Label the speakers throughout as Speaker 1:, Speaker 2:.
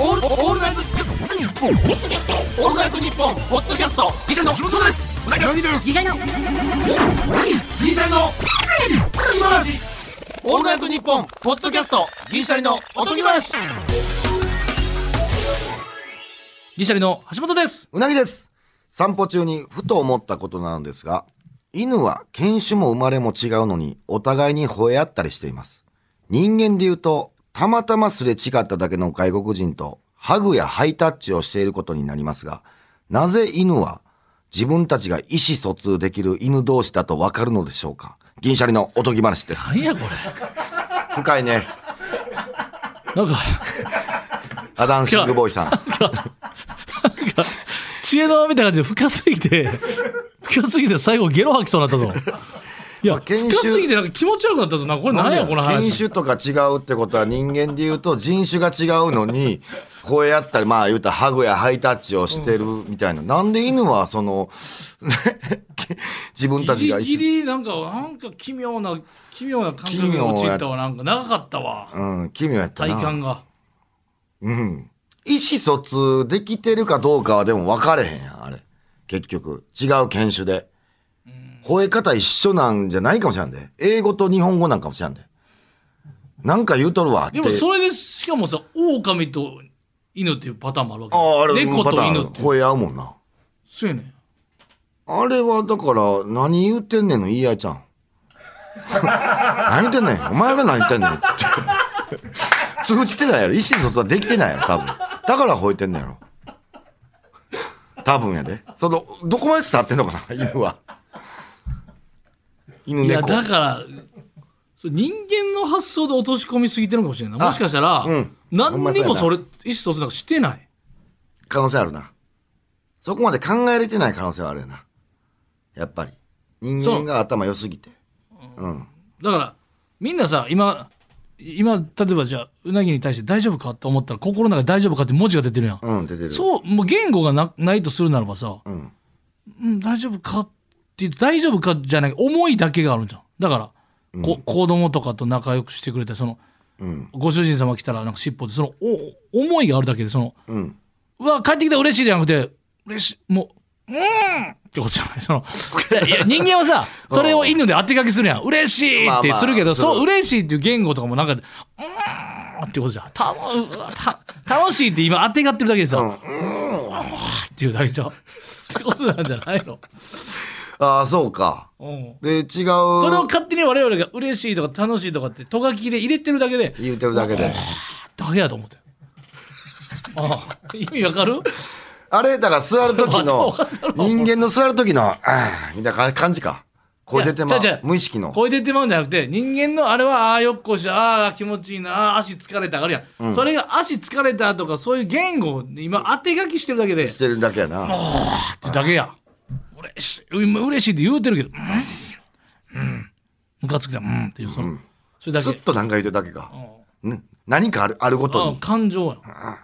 Speaker 1: オールオールナイトニッポンオールナイトニッポンポッドキャストギシャリのそうです
Speaker 2: なぎです
Speaker 3: 時代の
Speaker 1: ギリシャリの今話オールナイトニッポンポッドキャストギリシャリのおとぎ話
Speaker 4: ギシャリの橋本です。
Speaker 2: うなぎです散歩中にふと思ったことなんですが犬は犬種も生まれも違うのにお互いに吠え合ったりしています人間で言うとたまたますれ違っただけの外国人とハグやハイタッチをしていることになりますがなぜ犬は自分たちが意思疎通できる犬同士だとわかるのでしょうか銀シャリのおとぎ話です
Speaker 4: 何やこれ。
Speaker 2: 深いね
Speaker 4: なんか、
Speaker 2: アダンシングボーイさん
Speaker 4: 知恵の輪みたいな感じで深すぎて、深すぎて最後ゲロ吐きそうになったぞ。いや、
Speaker 2: 研修
Speaker 4: 深すぎてなんか気持ち悪くなったぞ。なんかこれ何やこの
Speaker 2: 犬
Speaker 4: 話。
Speaker 2: 種とか違うってことは人間で言うと人種が違うのに こうやったりまあ言うたらハグやハイタッチをしてるみたいな、なんで犬はその 自分たち
Speaker 4: ギ
Speaker 2: が
Speaker 4: リギリなんか、なんか奇妙な、奇妙な感覚に陥ったわ。なんか長かったわ。
Speaker 2: うん奇妙やった
Speaker 4: 体
Speaker 2: な
Speaker 4: 感が。
Speaker 2: うん意思疎通できてるかどうかはでも分かれへんやんあれ結局違う犬種で吠え方一緒なんじゃないかもしれんで英語と日本語なんかもしれんでなんか言うとるわって
Speaker 4: でもそれで、しかもさ、狼と犬っていうパターンもあるわけ。
Speaker 2: あああれ
Speaker 4: 猫
Speaker 2: パタ
Speaker 4: と
Speaker 2: ーン
Speaker 4: 犬って。
Speaker 2: 吠え合うもんな
Speaker 4: そうやねん。
Speaker 2: あれはだから、何言ってんねんの言い合いちゃん。 何言ってんねん。お前が何言ってんねんって。通じてないやろ。意思疎通はできてないやろ、多分。だから吠えてんねんやろ。多分やで。その、どこまで伝わってんのかな、犬は。犬
Speaker 4: いや
Speaker 2: 猫。
Speaker 4: だからそう人間の発想で落とし込みすぎてるのかもしれんないなもしかしたら、
Speaker 2: うんほんま
Speaker 4: 何
Speaker 2: そう
Speaker 4: に
Speaker 2: やな
Speaker 4: もそれ意思疎通なんかしてない
Speaker 2: 可能性あるな。そこまで考えれてない可能性はあるよな。やっぱり。人間が頭良すぎて。うん。
Speaker 4: だからみんなさ今今例えばじゃあうなぎに対して「大丈夫か?」って思ったら心の中で「大丈夫か?」って文字が出てるやん、
Speaker 2: うん、出てる。
Speaker 4: そうもう言語がなないとするならばさ「
Speaker 2: うん。
Speaker 4: うん大丈夫か?」って言って「大丈夫か?」じゃない思いだけがあるじゃんだから、こ子供とかと仲良くしてくれたりその
Speaker 2: うん。
Speaker 4: ご主人様来たらなんか尻尾でそのお思いがあるだけでその
Speaker 2: うん。
Speaker 4: うわ、帰ってきた嬉しいじゃなくて、嬉しい、もう、うーんってことじゃない。その、いや、人間はさ、それを犬で当て書きするやん。嬉しいってするけど、
Speaker 2: まあまあそう
Speaker 4: そう、嬉しいっていう言語とかもなんか、うーんってことじゃん。たのうわた楽しいって今当てがってるだけでさ、うーんっていうだけじゃん。ってことなんじゃないの。
Speaker 2: ああ、そうか。
Speaker 4: うん。
Speaker 2: で、違う。
Speaker 4: それを勝手に我々が嬉しいとか楽しいとかって、とがきで入れてるだけで、
Speaker 2: 言うてるだけで。
Speaker 4: だけやと思って。ああ、意味わかる
Speaker 2: あれ、だから座る時 の、人間の座る時の、ああ、みたいな感じか。声出てまう
Speaker 4: いや違う違う
Speaker 2: 無意識の。
Speaker 4: 声出てまうんじゃなくて人間のあれはああーよっこいしょああ気持ちいいなあー足疲れたあるやん、それが足疲れたとかそういう言語で今当て書きしてるだけで
Speaker 2: してるだけやな。
Speaker 4: だけや嬉しい今嬉しいって言うてるけどうんうんムカつくじゃんうんっていうその、それだ
Speaker 2: すっ
Speaker 4: け
Speaker 2: と何か言うてるだけか。ね、何かあるあるごと
Speaker 4: あ
Speaker 2: に。
Speaker 4: 感情やん
Speaker 2: あ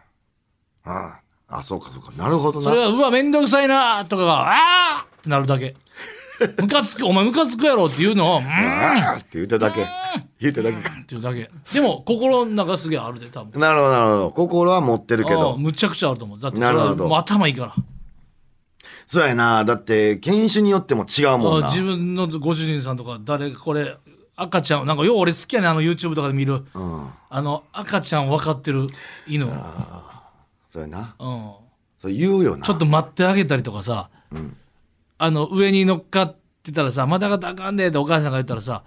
Speaker 2: あ、あそうかそうか。なるほど
Speaker 4: それ
Speaker 2: な。
Speaker 4: はうわめんどくさいなとかがああってな るだけムカつくお前ムカつくやろっていうのをうんっ
Speaker 2: ああって言うてるだけ。言うてるだけか。
Speaker 4: ていうだけでも心の中すげえあるで多分
Speaker 2: なるほど、なるほど。心は持ってるけ
Speaker 4: あー
Speaker 2: ど。
Speaker 4: むちゃくちゃあると思うだってそ
Speaker 2: な
Speaker 4: れ
Speaker 2: るほ
Speaker 4: は
Speaker 2: ど
Speaker 4: もう頭いいから
Speaker 2: そうやな。だって、犬種によっても違うもん
Speaker 4: あ
Speaker 2: な。
Speaker 4: 自分のご主人さんとか誰これ赤ちゃんなんかよう俺好きやねあの YouTube とかで見る、
Speaker 2: うん。
Speaker 4: あの赤ちゃん分かってる犬、うん、ち
Speaker 2: そうやな。
Speaker 4: ょ
Speaker 2: そう言うよな。
Speaker 4: っと待ってあげたりとかさ、あの上に乗っかってたらさ「またがたあかんねえ」ってお母さんが言ったらさ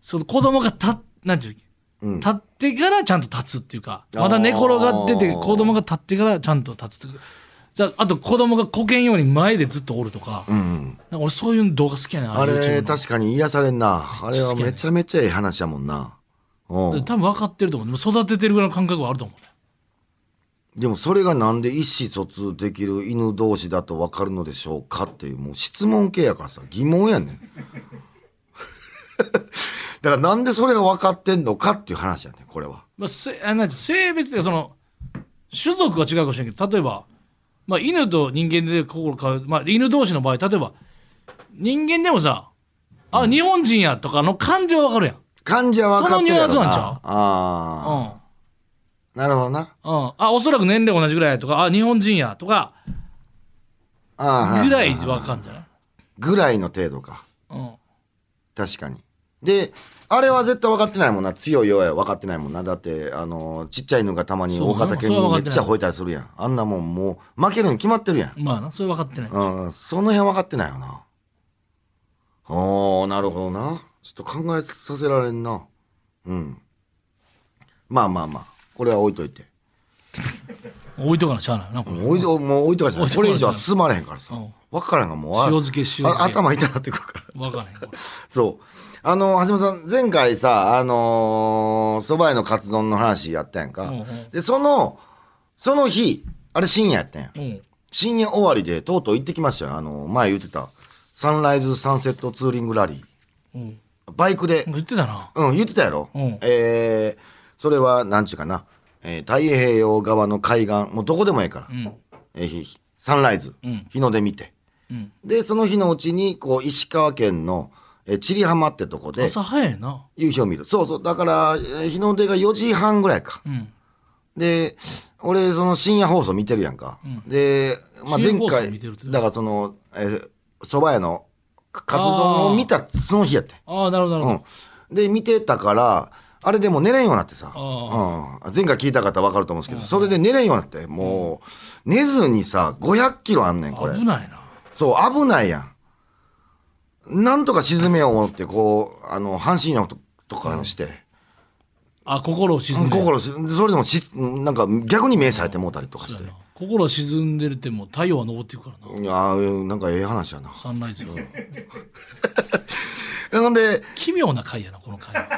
Speaker 4: その子供がたなんていう
Speaker 2: うん
Speaker 4: 立ってからちゃんと立つっていうかまだ
Speaker 2: あー
Speaker 4: 寝転がってて子供が立ってからちゃんと立つっていうじゃああと子供がこけんように前でずっとおるとか,、
Speaker 2: うん。
Speaker 4: なんか俺そういう動画好きやねん
Speaker 2: あ
Speaker 4: の YouTube
Speaker 2: れ、
Speaker 4: の
Speaker 2: 確かに癒されんな。あれはめちゃめちゃええ話やもんな。うん。
Speaker 4: 多分分かってると思うでも育ててるぐらいの感覚はあると思う
Speaker 2: でもそれがなんで意思疎通できる犬同士だと分かるのでしょうかっていうもう質問系やからさ疑問やねん だからなんでそれが分かってんのかっていう話やねんこれは
Speaker 4: まあ、せあなんて性別というかその種族は違うかもしれないけど例えば、まあ、犬と人間で心変わる、まあ、犬同士の場合例えば人間でもさ「あ、日本人や」とかの感情わかるやん、
Speaker 2: 患者は分かってるやろな
Speaker 4: そのニュアンスなんちゃう
Speaker 2: ああ、
Speaker 4: う
Speaker 2: なるほどな。
Speaker 4: うん、あおそらく年齢同じぐらいやとかあ日本人やとか
Speaker 2: ああ
Speaker 4: ぐらい
Speaker 2: は
Speaker 4: わかんじゃない、
Speaker 2: ぐらいの程度か。
Speaker 4: うん、
Speaker 2: 確かに。で、あれは絶対分かってないもんな。強い弱いは分かってないもんな。だって、あの、ちっちゃい犬がたまに
Speaker 4: そう
Speaker 2: 大型犬
Speaker 4: それは
Speaker 2: にめ
Speaker 4: 分かっ
Speaker 2: って
Speaker 4: ない
Speaker 2: ちゃ吠えたりするやん。あんなもんもう負けるに決まってるやん。
Speaker 4: まあなそれ分かってない、
Speaker 2: うん、その辺分かってないよな。おー、なるほどな。ちょっと考えさせられんな。うん。まあまあまあ、これは置いといて。
Speaker 4: 置いとかなしゃあないよなこれ、
Speaker 2: もう置いと、もう置いとかじゃない。
Speaker 4: 置い
Speaker 2: こと
Speaker 4: か
Speaker 2: れ
Speaker 4: じゃ
Speaker 2: 以上
Speaker 4: ない
Speaker 2: は進まれへんからさ
Speaker 4: うん。
Speaker 2: 分からんがもう、
Speaker 4: 塩
Speaker 2: あ
Speaker 4: 漬け塩漬け
Speaker 2: あ頭痛なってくるから。
Speaker 4: 分からへんこれ
Speaker 2: そう。あの、橋本さん、前回さ、あのー、蕎麦屋のカツ丼の話やったやんか。
Speaker 4: うんうん
Speaker 2: で、その、その日、あれ深夜やったんやん。
Speaker 4: うん
Speaker 2: 深夜終わりでとうとう行ってきましたよあの前言ってたサンライズサンセットツーリングラリ
Speaker 4: うん
Speaker 2: ーバイクで
Speaker 4: 言ってたな
Speaker 2: うん言ってたやろ、
Speaker 4: うん
Speaker 2: えーそれはなんちゅうかな、えー太平洋側の海岸もうどこでもええから、
Speaker 4: うん
Speaker 2: えーひひサンライズ、
Speaker 4: うん
Speaker 2: 日の出見て
Speaker 4: うん
Speaker 2: でその日のうちにこう石川県のえー千里浜ってとこで
Speaker 4: 朝早いな
Speaker 2: 夕日を見るそうそうだから、えー日の出が4時半ぐらいか
Speaker 4: うん
Speaker 2: で俺その深夜放送見てるやんか、で、まあ、
Speaker 4: 深
Speaker 2: 前
Speaker 4: 夜放送
Speaker 2: 回
Speaker 4: 見てるって
Speaker 2: だからそのえー蕎麦屋のかカツ丼を見たその日やって
Speaker 4: ああなるほどなるほど、
Speaker 2: うん、で見てたからあれでもう寝れんようになってさ、
Speaker 4: あ
Speaker 2: うん、前回聞いた方分かると思うんですけど、それで寝れんようになってもう寝ずにさ500キロあんねんこれ
Speaker 4: 危ないな
Speaker 2: そう危ないやんなんとか沈めよう思ってこうあの半身浴ととかして。
Speaker 4: あ心を沈んでる
Speaker 2: 心しそれでもしなんか逆に目されてもうたりとかして
Speaker 4: 心沈んでるってもう太陽は昇っていくからない
Speaker 2: やーなんかええ話やな
Speaker 4: サンライズが
Speaker 2: ほんで
Speaker 4: 奇妙な回やなこの回は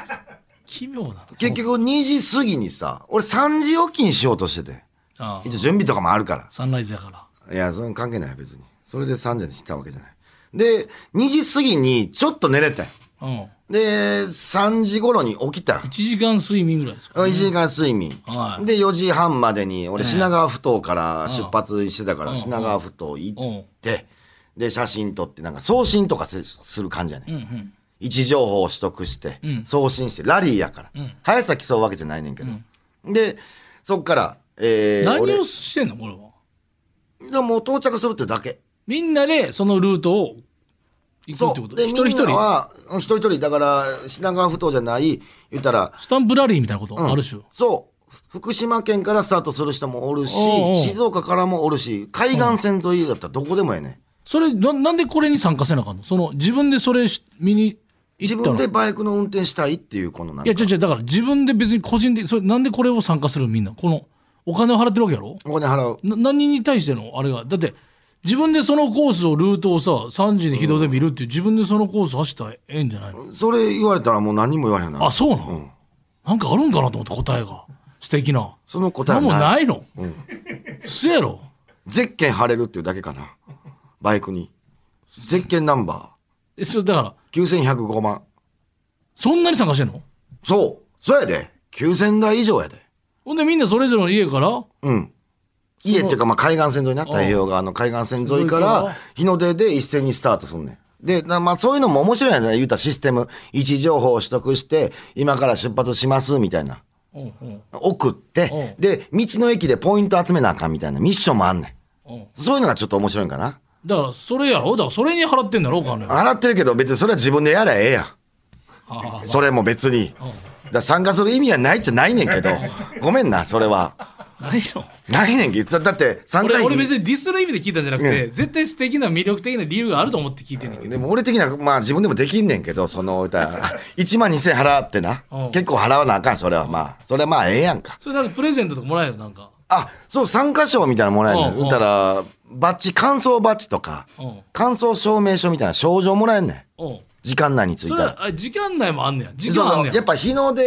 Speaker 4: 奇妙な
Speaker 2: 結局2時過ぎにさ俺3時起きにしようとしてて
Speaker 4: ああ
Speaker 2: 一応準備とかもあるか
Speaker 4: サンライズやから
Speaker 2: らいやそれ関係ない別にそれで3時にしたわけじゃないで2時過ぎにちょっと寝れたんよ
Speaker 4: うん
Speaker 2: で3時頃に起きたんよ
Speaker 4: 1時間睡眠ぐらいですか
Speaker 2: 1時間睡眠、
Speaker 4: はい
Speaker 2: で4時半までに俺
Speaker 4: ええ
Speaker 2: 品川埠頭から出発してたから
Speaker 4: うん
Speaker 2: 品川埠頭行
Speaker 4: うん
Speaker 2: ってで写真撮ってなんか送信とかせする感じやねん
Speaker 4: うんうん
Speaker 2: 位置情報を取得して、
Speaker 4: うん
Speaker 2: 送信してラリーやから、
Speaker 4: うん
Speaker 2: 速さ競うわけじゃないねんけど、でそっから、えー、
Speaker 4: 何
Speaker 2: 俺
Speaker 4: をしてんのこれは
Speaker 2: でもう到着するってだけ
Speaker 4: みんなでそのルートを行くってこと
Speaker 2: で
Speaker 4: 一人
Speaker 2: み
Speaker 4: 一
Speaker 2: んな
Speaker 4: 人
Speaker 2: はうん一人一人だから品川埠頭じゃない言ったら、
Speaker 4: スタンプラリーみたいなこと、
Speaker 2: うん
Speaker 4: ある種
Speaker 2: そうふ福島県からスタートする人もおるし
Speaker 4: おうおう
Speaker 2: 静岡からもおるし海岸線沿いだったらどこでもやねん
Speaker 4: それななんでこれに参加せなあかんのその自分でそれし見に
Speaker 2: 自
Speaker 4: 行ったの
Speaker 2: 分でバイクの運転したいっていうこのなん
Speaker 4: い
Speaker 2: か
Speaker 4: や違う違うだから自分で別に個人でそれなんでこれを参加するのみんなこのお金を払ってるわけやろ
Speaker 2: お金払う
Speaker 4: な何に対してのあれがだって自分でそのコースをルートをさ3時に軌道で見るっていう自分でそのコース走ったらええんじゃないの、
Speaker 2: それ言われたらもう何も言われへんな
Speaker 4: あそうな
Speaker 2: う
Speaker 4: の、
Speaker 2: ん
Speaker 4: なんかあるんかなと思って答えが素敵な
Speaker 2: その答え
Speaker 4: 何
Speaker 2: は
Speaker 4: も
Speaker 2: ない
Speaker 4: ないのそやろ
Speaker 2: ゼッケン貼れるっていうだけかな。バイクに。ゼッケンナンバ
Speaker 4: えそれだから
Speaker 2: ー9105万。
Speaker 4: そんなに参加してんの
Speaker 2: そう。そうやで。9000台以上やで。
Speaker 4: ほんでみんなそれぞれの家から
Speaker 2: うん。家っていうか、まあ、海岸線沿いな。太平洋側の海岸線沿いか
Speaker 4: 沿いから
Speaker 2: ら、日の出で一斉にスタートすんねん。で、なまあ、そういうのも面白いやん。言うたらシステム。位置情報を取得して、今から出発します、みたいな。
Speaker 4: うんうん
Speaker 2: 送って、
Speaker 4: う
Speaker 2: で、道の駅でポイント集めなあかんみたいなミッションもあんねん。
Speaker 4: うん
Speaker 2: そういうのがちょっと面白いんかな。
Speaker 4: だからそれやろだからそれに払ってんだろお金あ
Speaker 2: 洗ってるけど、別にそれは自分でやりゃええやん。
Speaker 4: あ
Speaker 2: それも別に。
Speaker 4: うん
Speaker 2: だから参加する意味はないっちゃないねん けど、ごめんな、それは。
Speaker 4: ないよ
Speaker 2: ないねんけど、だだって参加
Speaker 4: 俺
Speaker 2: 費
Speaker 4: 俺別にディスる意味で聞いたんじゃなくて、絶対素敵な魅力的な理由があると思って聞いてんねんけど、
Speaker 2: でも俺的には、まあ自分でもできんねんけど、その 歌、1万2000払ってな
Speaker 4: うん、
Speaker 2: 結構払わなあかん、それはまあ、それはまあええやんか。
Speaker 4: それなんかプレゼントとかもらえるのなんか
Speaker 2: あ、そう、参加賞みたいなのもらえるね
Speaker 4: うんんうん
Speaker 2: 言ったら、バッジ、感想バッジとか、
Speaker 4: うん
Speaker 2: 感想証明書みたいな賞状もらえんねん。
Speaker 4: うん
Speaker 2: 時間内につい
Speaker 4: そ
Speaker 2: た
Speaker 4: れ
Speaker 2: ら。
Speaker 4: はあ時間内もあんねや時
Speaker 2: そ
Speaker 4: 間あん
Speaker 2: の
Speaker 4: ねや
Speaker 2: やっぱ日の出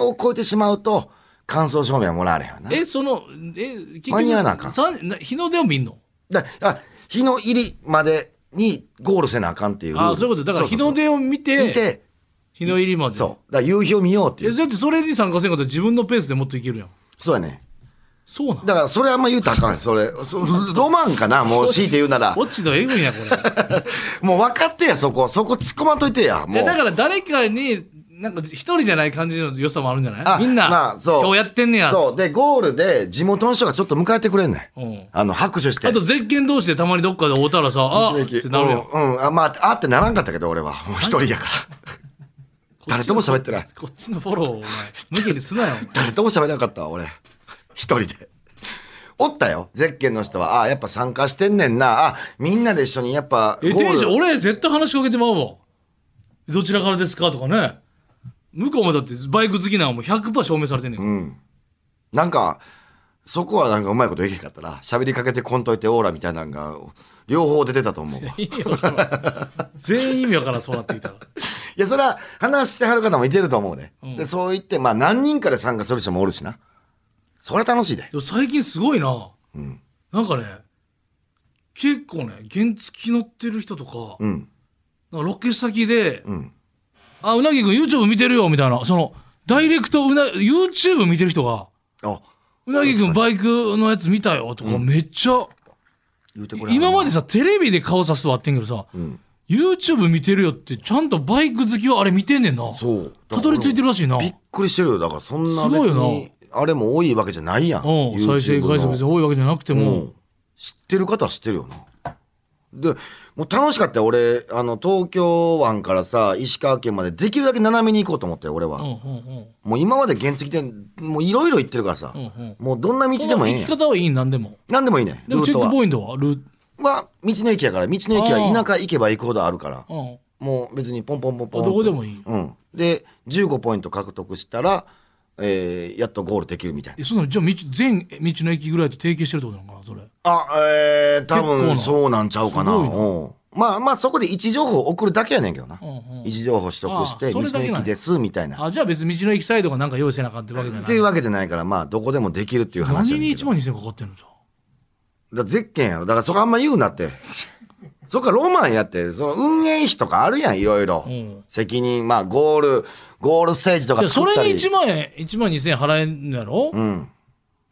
Speaker 2: を超えてしまうと、感想証明はもらわれへんよな。
Speaker 4: えそのえ結局
Speaker 2: 間に合わなあかん
Speaker 4: さな日の出を見んの
Speaker 2: だあ日の入りまでにゴールせなあかんっていうルール
Speaker 4: ああそういうことだから日の出を見て
Speaker 2: そうそうそう見て
Speaker 4: 日の入りまで
Speaker 2: そうだから夕日を見ようってい
Speaker 4: え
Speaker 2: う
Speaker 4: だってそれに参加せんかったら自分のペースでもっといけるやん
Speaker 2: そうやね
Speaker 4: そうなん
Speaker 2: だからそれあんま言うたらあかんよそれそロマンかなもう強いて言うなら
Speaker 4: 落ちのえ ぐいなこれ
Speaker 2: もう分かってやそこそこ突っ込まんといてや
Speaker 4: い
Speaker 2: も
Speaker 4: や
Speaker 2: う
Speaker 4: だから誰かになんか一人じゃない感じの良さもあるんじゃな
Speaker 2: あ
Speaker 4: いみんな、
Speaker 2: まあそう
Speaker 4: 今日やってんねや。
Speaker 2: そう。で、ゴールで地元の人がちょっと迎えてくれんねん。
Speaker 4: うん
Speaker 2: あの、拍手して。
Speaker 4: あと、ゼッケン同士でたまにどっかで会うたらさ、あ
Speaker 2: 道の
Speaker 4: っ
Speaker 2: 駅
Speaker 4: てなるやん。
Speaker 2: うん、うんあ、まあ、あってならんかったけど、俺は。もう一人やから。誰とも喋ってない。
Speaker 4: こっちのフォローをお前、無理にすなよ。
Speaker 2: 誰とも喋れなかったわ、俺。一人で。おったよ。ゼッケンの人は、あ、やっぱ参加してんねんな。あ、みんなで一緒にやっぱ、
Speaker 4: お前え、
Speaker 2: ゴ
Speaker 4: 店長、
Speaker 2: ール。
Speaker 4: 俺絶対話しかけてまうわ。どちらからですかとかね。向こうもだってバイク好きなんはもう100%証明されてんねん。
Speaker 2: うん。なんか、そこはなんかうまいこといけへんかったな。喋りかけてこんといてオーラみたいなのが、両方出てたと思う わ。い
Speaker 4: いいよそれは全員意味わからんそうなってきたら
Speaker 2: や、それは話してはる方もいてると思うね。
Speaker 4: うん
Speaker 2: で、そう言って、まあ何人かで参加する人もおるしな。それは楽しいで。
Speaker 4: でも最近すごいな
Speaker 2: うん。
Speaker 4: なんかね結構ね原付き乗ってる人とか,、
Speaker 2: うん。
Speaker 4: ロケ先で
Speaker 2: うん。
Speaker 4: 「あうなぎくん YouTube 見てるよ」みたいなそのダイレクトうな YouTube 見てる人が
Speaker 2: あ、
Speaker 4: 「うなぎくんバイクのやつ見たよ」とかめっちゃ、
Speaker 2: 言うて
Speaker 4: 今まで
Speaker 2: で。
Speaker 4: さテレビで顔さすとはあってんけどさ
Speaker 2: うん。
Speaker 4: YouTube 見てるよってちゃんとバイク好きはあれ見てんねんな
Speaker 2: そう。
Speaker 4: たどり着いてるらしいな
Speaker 2: びっくりしてるよ。だからそんな
Speaker 4: す
Speaker 2: 別
Speaker 4: ごいよな
Speaker 2: に、あれも多いわけじゃないやん。
Speaker 4: うん再生
Speaker 2: YouTube の
Speaker 4: 回数別に多いわけじゃなくても、
Speaker 2: うん知ってる方は知ってるよな。で、もう楽しかったよ。俺、あの、東京湾からさ、石川県までできるだけ斜めに行こうと思ったよ、俺は。
Speaker 4: うんうんうん
Speaker 2: もう今まで原付で、もういろいろ行ってるからさ、
Speaker 4: うんうん
Speaker 2: もうどんな道でもええん
Speaker 4: 行
Speaker 2: や
Speaker 4: き。方はいいなんでも
Speaker 2: 何でもいいね。
Speaker 4: で
Speaker 2: ル
Speaker 4: も
Speaker 2: ー
Speaker 4: チェ
Speaker 2: ト
Speaker 4: ック
Speaker 2: は。
Speaker 4: ポイントはルー
Speaker 2: は、道の駅やから、道の駅は田舎行けば行くほどあるから、
Speaker 4: うんあ
Speaker 2: もう別にポンポンポンポン。
Speaker 4: どこでもいい
Speaker 2: うん。で、15ポイント獲得したら、えーやっとゴールできるみたいな。
Speaker 4: えそんなのじゃあ道全道の駅ぐらいと提携してるってことなのかなそれ
Speaker 2: あ、えー、多
Speaker 4: 結構
Speaker 2: 分
Speaker 4: な
Speaker 2: そうなんちゃうかな。
Speaker 4: すごいな
Speaker 2: うんまあまあそこで位置情報送るだけやねんけどな。
Speaker 4: うんう
Speaker 2: 位
Speaker 4: ん
Speaker 2: 置情報取得し
Speaker 4: あ
Speaker 2: て、
Speaker 4: そ
Speaker 2: 道
Speaker 4: れだ
Speaker 2: の
Speaker 4: けなんや
Speaker 2: 駅です、みたいな。
Speaker 4: あじゃあ別に道の駅サイドがなんか用意せなあかんってわけじゃ
Speaker 2: っ
Speaker 4: な
Speaker 2: ていう
Speaker 4: い
Speaker 2: わけじゃないから、まあどこでもできるっていう話や
Speaker 4: 何
Speaker 2: ね
Speaker 4: に
Speaker 2: んけど。
Speaker 4: 1
Speaker 2: だ
Speaker 4: 万2000かかってんのじゃ
Speaker 2: からゼッケンやろ。だからそこあんま言うなって。そっかロマンやって、その運営費とかあるやん、いろいろ。
Speaker 4: うん
Speaker 2: 責任、まあゴール、ゴールステージと
Speaker 4: あい
Speaker 2: か
Speaker 4: やそ
Speaker 2: 作っ
Speaker 4: れ
Speaker 2: たり。
Speaker 4: に1万円1万2000円払えんのやろ
Speaker 2: うん。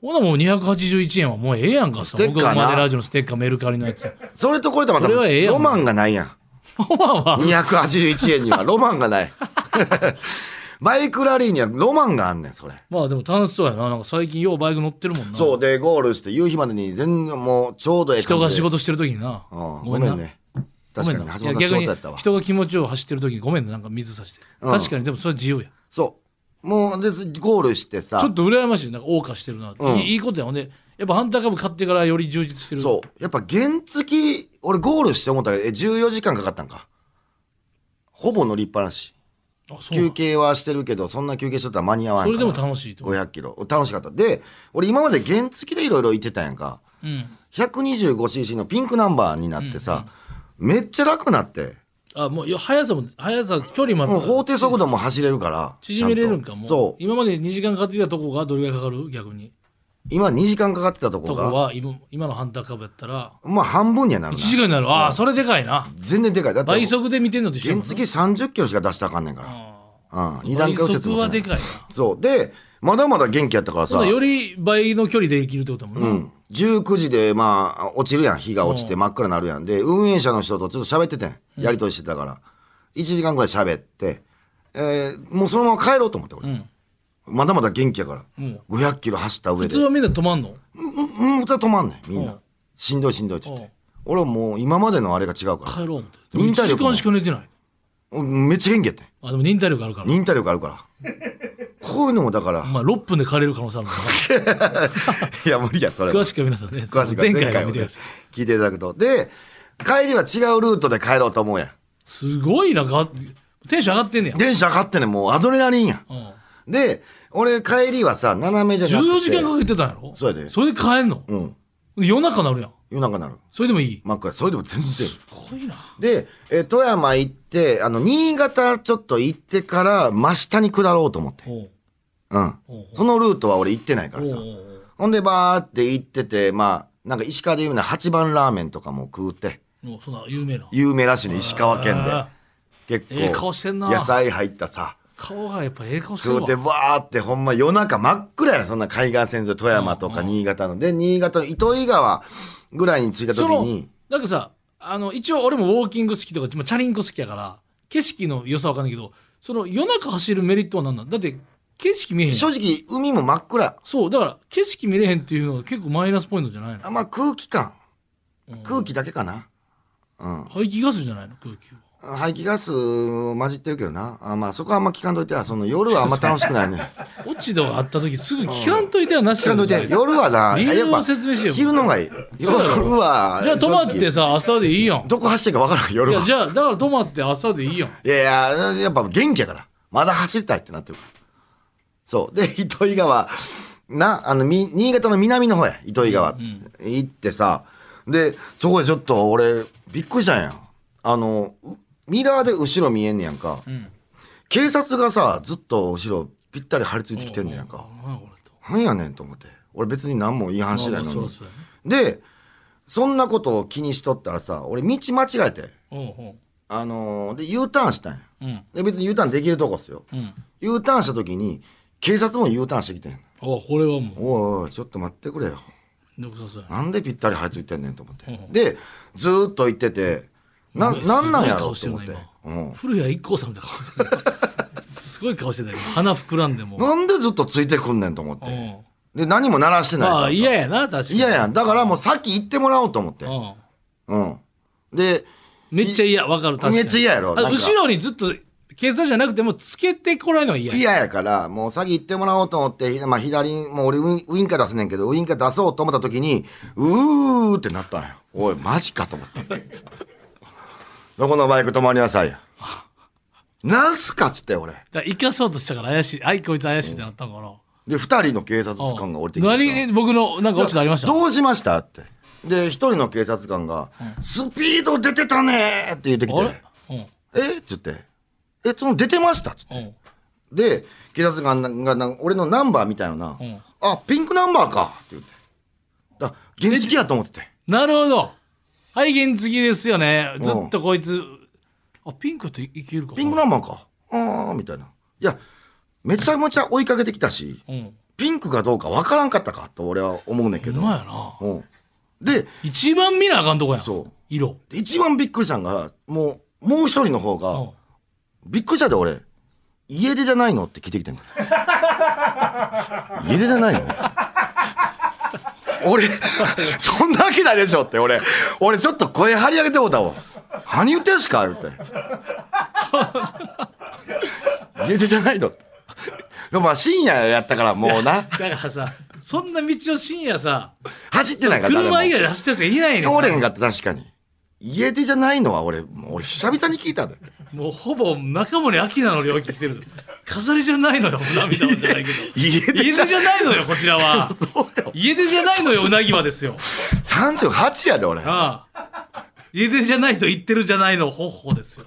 Speaker 4: ほなもう281円はもうええやんか
Speaker 2: ス
Speaker 4: さ
Speaker 2: テッカーな
Speaker 4: 僕までラジオのステッカーメルカリのやつ
Speaker 2: それとこれとまた
Speaker 4: それはええやん
Speaker 2: ロマンがないやん。
Speaker 4: ほんまは
Speaker 2: 281円に はロマンがない。 バイクラリーにはロマンがあんねん、それ。
Speaker 4: まあでも楽しそうやななんか最近ようバイク乗ってるもんな
Speaker 2: そうで、ゴールして、夕日までに全然もうちょうどええ
Speaker 4: 人
Speaker 2: 感
Speaker 4: が
Speaker 2: じ
Speaker 4: 仕
Speaker 2: で。
Speaker 4: 事してる時にな
Speaker 2: うんごめんね。確かに、橋本さん仕事やった
Speaker 4: いや逆に
Speaker 2: わ。
Speaker 4: 人が気持ちを走ってる時にごめんねなんか水さして、
Speaker 2: うん
Speaker 4: 確かにでもそれは自由や
Speaker 2: そう。もう、で、ゴールしてさ
Speaker 4: ちょ、っと羨ましいなんか謳歌してるな、
Speaker 2: うん
Speaker 4: いいいいことやほんでやっぱハンター株買ってからより充実してる
Speaker 2: そう。やっぱ原付、俺ゴールして思ったけど、え、14時間かかったんか。ほぼ乗りっぱなし。
Speaker 4: あそうな
Speaker 2: 休
Speaker 4: ん
Speaker 2: 憩はしてるけど、そんな休憩しとったら間に合わん
Speaker 4: そ
Speaker 2: か
Speaker 4: れ
Speaker 2: ら。
Speaker 4: でも楽しいってこと
Speaker 2: 500キロ。楽しかった。で、俺今まで原付でいろいろ行ってたやんか。
Speaker 4: うん
Speaker 2: 125cc のピンクナンバーになってさ、めっちゃ楽になって、
Speaker 4: あもうよ速さも速さ距離
Speaker 2: もう法
Speaker 4: も
Speaker 2: 定速度も走れるから。
Speaker 4: 縮めれるん
Speaker 2: ちゃ
Speaker 4: か
Speaker 2: ん
Speaker 4: も
Speaker 2: と
Speaker 4: う
Speaker 2: そう。
Speaker 4: 今まで2時間かかってきたとこがどれぐらいかかる逆に
Speaker 2: 今2時間かかってたとことが、
Speaker 4: こは今今のハンター株やったら
Speaker 2: まあ半分にはなる
Speaker 4: 1
Speaker 2: な。
Speaker 4: 時間になるああそれでかいな
Speaker 2: 全然でかい。だって、
Speaker 4: 倍速で見てんのと一緒
Speaker 2: 原
Speaker 4: やもん
Speaker 2: 付
Speaker 4: な
Speaker 2: 30キロしか出したらあかんねんか
Speaker 4: あ
Speaker 2: ら。うん。
Speaker 4: あ
Speaker 2: 二段階右
Speaker 4: 倍
Speaker 2: 折
Speaker 4: 速
Speaker 2: もせ
Speaker 4: は
Speaker 2: な
Speaker 4: で
Speaker 2: い
Speaker 4: かいな
Speaker 2: そう。で、まだまだ元気やったから
Speaker 4: そ
Speaker 2: さ、
Speaker 4: うだより倍の距離で生きるってことだもん
Speaker 2: う
Speaker 4: な、
Speaker 2: ん。19時で、まあ、落ちるやん。日が落ちて
Speaker 4: うん
Speaker 2: 真っ暗になるやん。で、運営者の人とちょっと喋っててん。やりとりしてたから。1時間ぐらい喋って、えーもうそのまま帰ろうと思って、俺。
Speaker 4: うん
Speaker 2: まだまだ元気やから。
Speaker 4: うん
Speaker 2: 500キロ走った上
Speaker 4: 普
Speaker 2: で。
Speaker 4: 通はみんな止まんの
Speaker 2: うん、うん、歌止まんねん、みん
Speaker 4: うん
Speaker 2: な。しんどいしんどいって言っ
Speaker 4: うん
Speaker 2: て。俺はもう今までのあれが違うか
Speaker 4: 帰ろう思って
Speaker 2: 忍
Speaker 4: 1
Speaker 2: 耐力
Speaker 4: 時
Speaker 2: も
Speaker 4: 間しか寝てない
Speaker 2: ら。うんめっちゃ元気やってん。
Speaker 4: あでも忍耐力あるから
Speaker 2: 忍耐力あるから。こういうのもだから
Speaker 4: お、前6分で帰れる可能性あるの か
Speaker 2: いや無理や、それ
Speaker 4: な
Speaker 2: は。
Speaker 4: 詳しくは皆さんね
Speaker 2: 詳しくは
Speaker 4: 前
Speaker 2: 前
Speaker 4: 回
Speaker 2: 回を
Speaker 4: を見てく
Speaker 2: ね
Speaker 4: ださい
Speaker 2: 聞いていただくと。で、帰りは違うルートで帰ろうと思うやん。
Speaker 4: すごいながテンション上がってんねや、
Speaker 2: 電車上がってんねん、もうアドレナリンやん。
Speaker 4: うん、
Speaker 2: で、俺帰りはさ、斜めじゃなくて。
Speaker 4: 14時間かけてたんやろ
Speaker 2: そうやで
Speaker 4: それで帰んの
Speaker 2: うん。
Speaker 4: で夜中なるやん
Speaker 2: 夜中になる。
Speaker 4: それでもいい
Speaker 2: 真っ暗。それでも全然。
Speaker 4: すごいな
Speaker 2: で、えー富山行って、あの、新潟ちょっと行ってから、真下に下ろうと思って。
Speaker 4: おう
Speaker 2: うん。
Speaker 4: おう
Speaker 2: そのルートは俺行ってないか
Speaker 4: おう
Speaker 2: らさ。
Speaker 4: おうおう
Speaker 2: ほんでバーって行ってて、まあ、なんか石川で有名な八番ラーメンとかも食うて、
Speaker 4: もうそんな有名な
Speaker 2: 有名らしいね、石川県で。
Speaker 4: あ
Speaker 2: 結構、
Speaker 4: ええ顔してんな
Speaker 2: 野菜入ったさ、
Speaker 4: ー顔がやっぱええ顔してる
Speaker 2: 食うて
Speaker 4: わ
Speaker 2: バーってほんま夜中真っ暗やん、そんな海岸線沿い、富山とか新潟の。で、新潟の糸魚川ぐらいに着いた
Speaker 4: そ
Speaker 2: 時
Speaker 4: の
Speaker 2: に、
Speaker 4: なんかさあの一応俺もウォーキング好きとかまあチャリンコ好きやから景色の良さわかんないけどその夜中走るメリットは何なんだって景色見えへん
Speaker 2: 正直海も真っ暗
Speaker 4: そうだから景色見れへんっていうのは結構マイナスポイントじゃないの
Speaker 2: あまあ空気感
Speaker 4: うん
Speaker 2: 空気だけかなうん
Speaker 4: 排気ガスじゃないの空気は
Speaker 2: 排気ガス混じってるけどなあまあそこはあんま聞かんといてその夜はあんま楽しくないね
Speaker 4: 落ち度があった時すぐ 聞かんといてはなし
Speaker 2: 聞かんといて
Speaker 4: よ
Speaker 2: 夜はな
Speaker 4: 理由
Speaker 2: やっぱ
Speaker 4: を説明しよう
Speaker 2: 昼の方がいい夜
Speaker 4: そうやろ
Speaker 2: は
Speaker 4: じゃあ泊まって
Speaker 2: 正
Speaker 4: さ朝でいいや
Speaker 2: 直
Speaker 4: ん
Speaker 2: どこ走ってるかわからん
Speaker 4: い
Speaker 2: 夜
Speaker 4: や
Speaker 2: は
Speaker 4: じゃあだから泊まって朝でいいやん
Speaker 2: いやいや、やっぱ元気やから。まだ走りたいってなってるから。そう。で、 糸魚川、な、あの、み、新潟の南の方や、糸魚川、行ってさ、で、そこでちょっと俺、びっくりしたんや。あの、うミラーで後ろ見えんねやんか。
Speaker 4: ん
Speaker 2: 警察がさ、ずっと後ろぴったり張り付いてきてんねやんか。
Speaker 4: おうおうおうお
Speaker 2: な
Speaker 4: う
Speaker 2: んやねんと思って。俺別に何も違反してないの
Speaker 4: まあまあ
Speaker 2: に
Speaker 4: そ。ら
Speaker 2: で、そんなことを気にしとったらさ、俺道間違えて、
Speaker 4: そうやねおう
Speaker 2: あので、U ターンしたんや。
Speaker 4: おううん
Speaker 2: で別に U ターンできるとこっすよ
Speaker 4: うん
Speaker 2: U ターンした時に警察も U ターンしてきてん
Speaker 4: あこれはもう
Speaker 2: おいおいちょっと待ってくれよ
Speaker 4: めんどくさそうやな
Speaker 2: なんでぴったり張り付いてんねんと思って、
Speaker 4: うん
Speaker 2: でずーっと行っててな
Speaker 4: お前
Speaker 2: なんなんやろ
Speaker 4: すごい顔
Speaker 2: う
Speaker 4: し
Speaker 2: と
Speaker 4: て
Speaker 2: 思
Speaker 4: るな
Speaker 2: って
Speaker 4: 今、
Speaker 2: うん、
Speaker 4: 古谷一行さんみたいな顔してるすごい顔してたよ今鼻膨らんでもう
Speaker 2: なんでずっとついてくんねんと思っ
Speaker 4: う
Speaker 2: て
Speaker 4: ん
Speaker 2: で何も鳴らしてないから
Speaker 4: ま
Speaker 2: さ
Speaker 4: あ嫌やな確かに
Speaker 2: 嫌やんだからもう先行ってもらおうと思って
Speaker 4: うん
Speaker 2: うんで
Speaker 4: めっちゃ嫌わかる確かに
Speaker 2: めっちゃ嫌やろ
Speaker 4: あ
Speaker 2: なんか
Speaker 4: 後ろにずっと警察じゃなくてもつけてこられるのは嫌
Speaker 2: 嫌やから、もう先行ってもらおうと思って、ひまあ、左に、もう俺ウインウインカー出すねんけど、ウインカー出そうと思った時に、うーってなったんよ。おい、マジかと思って。 どこのバイク止まりなさいよ。なんすかっつって俺。
Speaker 4: だから生かそうとしたから怪しいあいこいつ怪しいってなったのかな
Speaker 2: で、二人の警察
Speaker 4: うん
Speaker 2: 官が降りてきてさ。
Speaker 4: 何え僕のなんか落ち度ありました
Speaker 2: どうしましたって。で、一人の警察官が、スピード出てたねーって言ってき
Speaker 4: あれ
Speaker 2: て、えっつって、え、その出てましたっつって。
Speaker 4: うんうん
Speaker 2: で、警察官がなな俺のナンバーみたいのな、
Speaker 4: うん
Speaker 2: あ、ピンクナンバーかって言って。だ原付やと思ってて。
Speaker 4: なるほどはい原付きですよねずっとこいつあピンクといけるか
Speaker 2: ピンクナンバーか。あーみたいな。いや、めちゃめちゃ追いかけてきたし、
Speaker 4: うん
Speaker 2: ピンクかどうかわからんかったかと俺は思うねんけ
Speaker 4: ほ
Speaker 2: ど。
Speaker 4: んまやな
Speaker 2: うん。で、
Speaker 4: 一番見なあかんとこやん
Speaker 2: そう
Speaker 4: 色
Speaker 2: 一番びっくりしたんが、もう、もう一人の方
Speaker 4: う
Speaker 2: が
Speaker 4: ん、
Speaker 2: びっくりしたで俺、家出じゃないのって聞いてきてんの。家出じゃないの俺、そんなわけないでしょって、俺、俺ちょっと声張り上げてもうたわ。何言ってんすか言って。家出じゃないのって。でもまあ深夜やったからもうな、
Speaker 4: だからさそんな道を深夜さ
Speaker 2: 走ってないから誰も
Speaker 4: 車以外で走ってるやつがいないねん
Speaker 2: おれへんかった確かに。家出じゃないのは俺、もう俺久々に聞いたで。
Speaker 4: もうほぼ中森明菜の領域来てる飾りじゃないのようなみたいなんじゃないけど
Speaker 2: 家
Speaker 4: 家
Speaker 2: 出じゃ
Speaker 4: 出じゃないのよこちらは
Speaker 2: そうよ。
Speaker 4: 家出じゃないのようなぎはですよ
Speaker 2: 38やで俺。
Speaker 4: ああ家出じゃないと言ってるじゃないのほっほですよ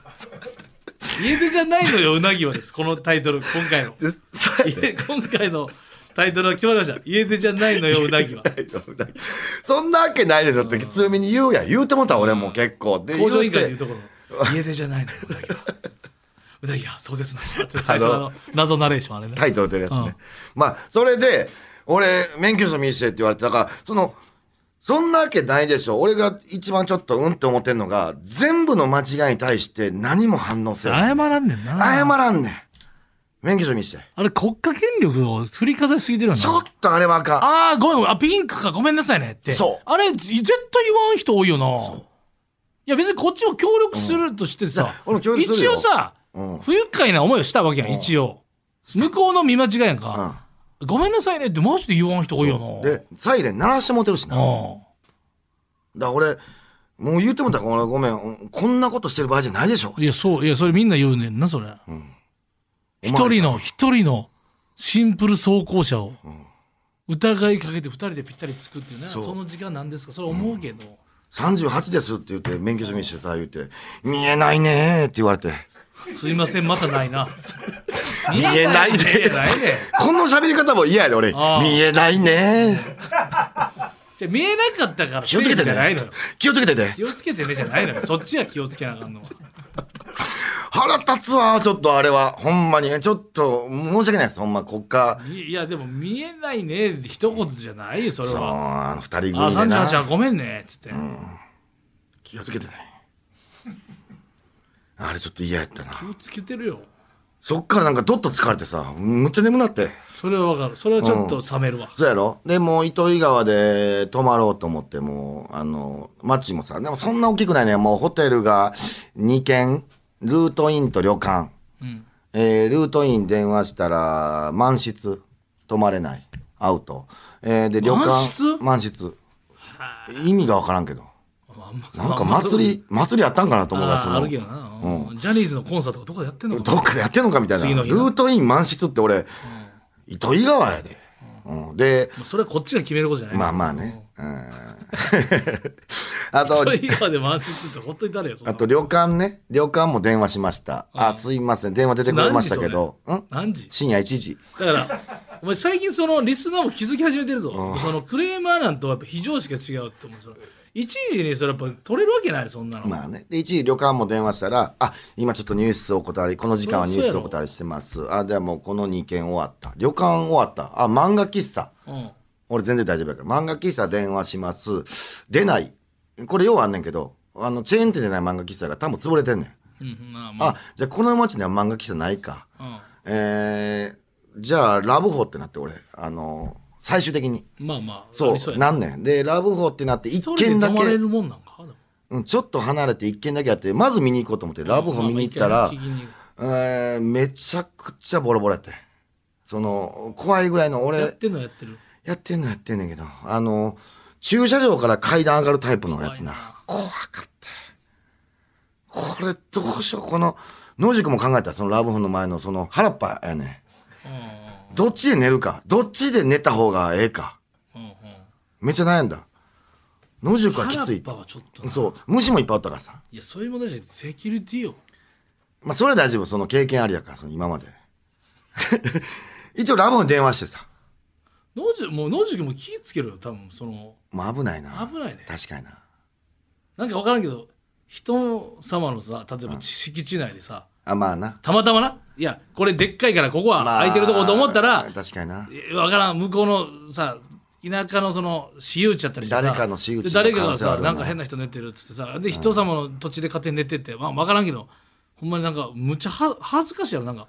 Speaker 4: 家出じゃないのようなぎはですこのタイトル今回の
Speaker 2: でそうやで
Speaker 4: 家今回のタイトルは決まりました家出じゃないのようなぎは
Speaker 2: そんなわけないですよって普通に言うやん言うてもうた俺も結構で
Speaker 4: 工場委員会
Speaker 2: 言
Speaker 4: でいう
Speaker 2: うて
Speaker 4: ところの家出じゃないのようなぎはうなぎは壮絶なのって最初のあ
Speaker 2: あ
Speaker 4: の謎ナレーションあれね
Speaker 2: タイトル出るやつ
Speaker 4: うん
Speaker 2: ねまあそれで俺免許証見せてって言われてだからそのそんなわけないでしょ俺が一番ちょっとうんって思ってんのが全部の間違いに対して何も反応せん
Speaker 4: 謝らんねんな
Speaker 2: 謝らんねん免許証見せて
Speaker 4: あれ国家権力を振りかざしすぎてるよ
Speaker 2: ちょ
Speaker 4: な
Speaker 2: っとあれはあかん
Speaker 4: ああごめんごめんあピンクかごめんなさいねって
Speaker 2: そう
Speaker 4: あれ絶対言わん人多いよないや別にこっちも協力するとしてさ、
Speaker 2: うん俺協力する
Speaker 4: 一
Speaker 2: よ
Speaker 4: 応さ、
Speaker 2: うん
Speaker 4: 不愉快な思いをしたわけやん、
Speaker 2: うん
Speaker 4: 一応向こうの見間違いやん
Speaker 2: う
Speaker 4: か、
Speaker 2: ん
Speaker 4: ごめんなさいねってマジで言わん人多いよな
Speaker 2: でサイレン鳴らしてもうてるし
Speaker 4: う
Speaker 2: なんだから俺もう言うてもたから俺ごめんうんこんなことしてる場合じゃないでしょ
Speaker 4: いやそういやそれみんな言うねんなそれ一、人の一人のシンプル走行車を疑いかけて二人でぴったりつくっていうね
Speaker 2: そ
Speaker 4: そうの時間なんですかそれ思うけど、
Speaker 2: 38ですって言って免許証見せてさ言って「見えないね」って言われて
Speaker 4: すいませんまたな いな見
Speaker 2: えないで
Speaker 4: えないで
Speaker 2: この喋り方も嫌やで俺
Speaker 4: あ
Speaker 2: 「
Speaker 4: あ
Speaker 2: 見えないね
Speaker 4: じゃあ見えなかったから
Speaker 2: 気をつけて
Speaker 4: セーフじゃないの
Speaker 2: ね
Speaker 4: よ
Speaker 2: 気をつけてね
Speaker 4: 気をつけてねじゃないのよそっちは気をつけなあかんのは
Speaker 2: 腹立つわちょっとあれはほんまにねちょっと申し訳ないですほんま国家
Speaker 4: いやでも見えないねって一言じゃないよそれ
Speaker 2: そう
Speaker 4: は
Speaker 2: あの二人組
Speaker 4: あ
Speaker 2: で
Speaker 4: 三38
Speaker 2: な
Speaker 4: はごめんねっつって、
Speaker 2: 気をつけてねあれちょっと嫌やったな
Speaker 4: 気をつけてるよ
Speaker 2: そっからなんかどっと疲れてさむっちゃ眠なって
Speaker 4: それはわかるそれはちょっと冷めるわ、
Speaker 2: そうやろでもう糸魚川で泊まろうと思ってもうあの町もさでもそんな大きくないねもうホテルが2軒ルートインと旅館、
Speaker 4: うん
Speaker 2: えールートイン電話したら満室泊まれないアウト、えーで旅館
Speaker 4: 満室
Speaker 2: 満室意味がわからんけど
Speaker 4: まあまあ
Speaker 2: なんか
Speaker 4: まあ
Speaker 2: 祭り祭りあったんかなと思うから
Speaker 4: ああるけ
Speaker 2: そ
Speaker 4: ど
Speaker 2: の
Speaker 4: な、ジャニーズのコンサートとかどこでやってんのか
Speaker 2: どっかでやってんのかみたいな
Speaker 4: 次の日
Speaker 2: ル
Speaker 4: の
Speaker 2: ートイン満室って俺、糸魚川やで、うん、で
Speaker 4: なそれはこっちが決めることじゃない
Speaker 2: まあまあね。うん あと
Speaker 4: そ、れ以外で満室って本当に誰よそんな
Speaker 2: あ
Speaker 4: の
Speaker 2: と旅館ね。旅館も電話しました。あ、すいません。電話出てくれましたけど。うん
Speaker 4: 何時
Speaker 2: 深夜1時。
Speaker 4: だからお前最近そのリスナーも気づき始めてるぞ、そのクレーマーなんとはやっぱ非常識が違うと思うその一時にそれやっぱ取れるわけないそんなの、
Speaker 2: まあね。で、1時旅館も電話したら、あ、今ちょっとニュースお断り、この時間はニュースお断りしてます。あ、ではもうこの2件終わった。旅館終わった。あ、漫画喫茶。
Speaker 4: うん
Speaker 2: 俺全然大丈夫やから。漫画喫茶電話します。出ない。これようあんねんけど、あの、チェーン店じゃない漫画喫茶が多分潰れてんねん。
Speaker 4: うんまあま
Speaker 2: あ、じゃあこの町には漫画喫茶ないか。
Speaker 4: あ、
Speaker 2: えーじゃあラブホってなって俺あの最終的に
Speaker 4: うん、まあまあ
Speaker 2: そ
Speaker 4: あり
Speaker 2: う
Speaker 4: やな
Speaker 2: 何年でラブホってなって一
Speaker 4: 一
Speaker 2: 軒
Speaker 4: 人で
Speaker 2: だ
Speaker 4: 泊ま
Speaker 2: け
Speaker 4: れるもんなんか
Speaker 2: うんちょっと離れて一軒だけあってまず見に行こうと思ってラブホ見に行ったら
Speaker 4: まあまあ一、軒聞きに
Speaker 2: えーめちゃくちゃボロボロやってその怖いぐらいの
Speaker 4: や
Speaker 2: 俺
Speaker 4: ってんのやってる
Speaker 2: やってんのやってんねんけどあの駐車場から階段上がるタイプのやつな怖かったこれどうしようこの野宿も考えたそのラブホの前のその原っぱやねん
Speaker 4: うんうん
Speaker 2: どっちで寝るか、どっちで寝た方がええか。
Speaker 4: うんうん
Speaker 2: めっちゃ悩んだ。野宿はき
Speaker 4: 原っ
Speaker 2: つい。
Speaker 4: ぱはちょっとな
Speaker 2: そう、虫もいっぱいあったからさ。
Speaker 4: いやそういう問題じゃなくてセキュリティよ
Speaker 2: まあ、それは大丈夫、その経験ありやから、その今まで。 一応ラボに電話してさ。
Speaker 4: 野宿もう野宿も気ぃつけろよ多分その
Speaker 2: もう危ないな。
Speaker 4: 危ないね
Speaker 2: 確かにな。
Speaker 4: なんか分からんけど人様のさ例えば敷地内でさ
Speaker 2: あ、まあな。
Speaker 4: たまたまないやこれでっかいからここは
Speaker 2: まあ、
Speaker 4: 空いてるとこと思ったら、
Speaker 2: 確かにな。
Speaker 4: え分からん向こうのさ田舎のその私有地やったりしてさ
Speaker 2: 誰かの私有地
Speaker 4: で誰かが
Speaker 2: の可能性あ
Speaker 4: さ
Speaker 2: るな
Speaker 4: なんか変な人寝てるっつってさで人様の土地で勝手に寝てって、まあ、分からんけどほんまになんかむちゃは恥ずかしいやろなんか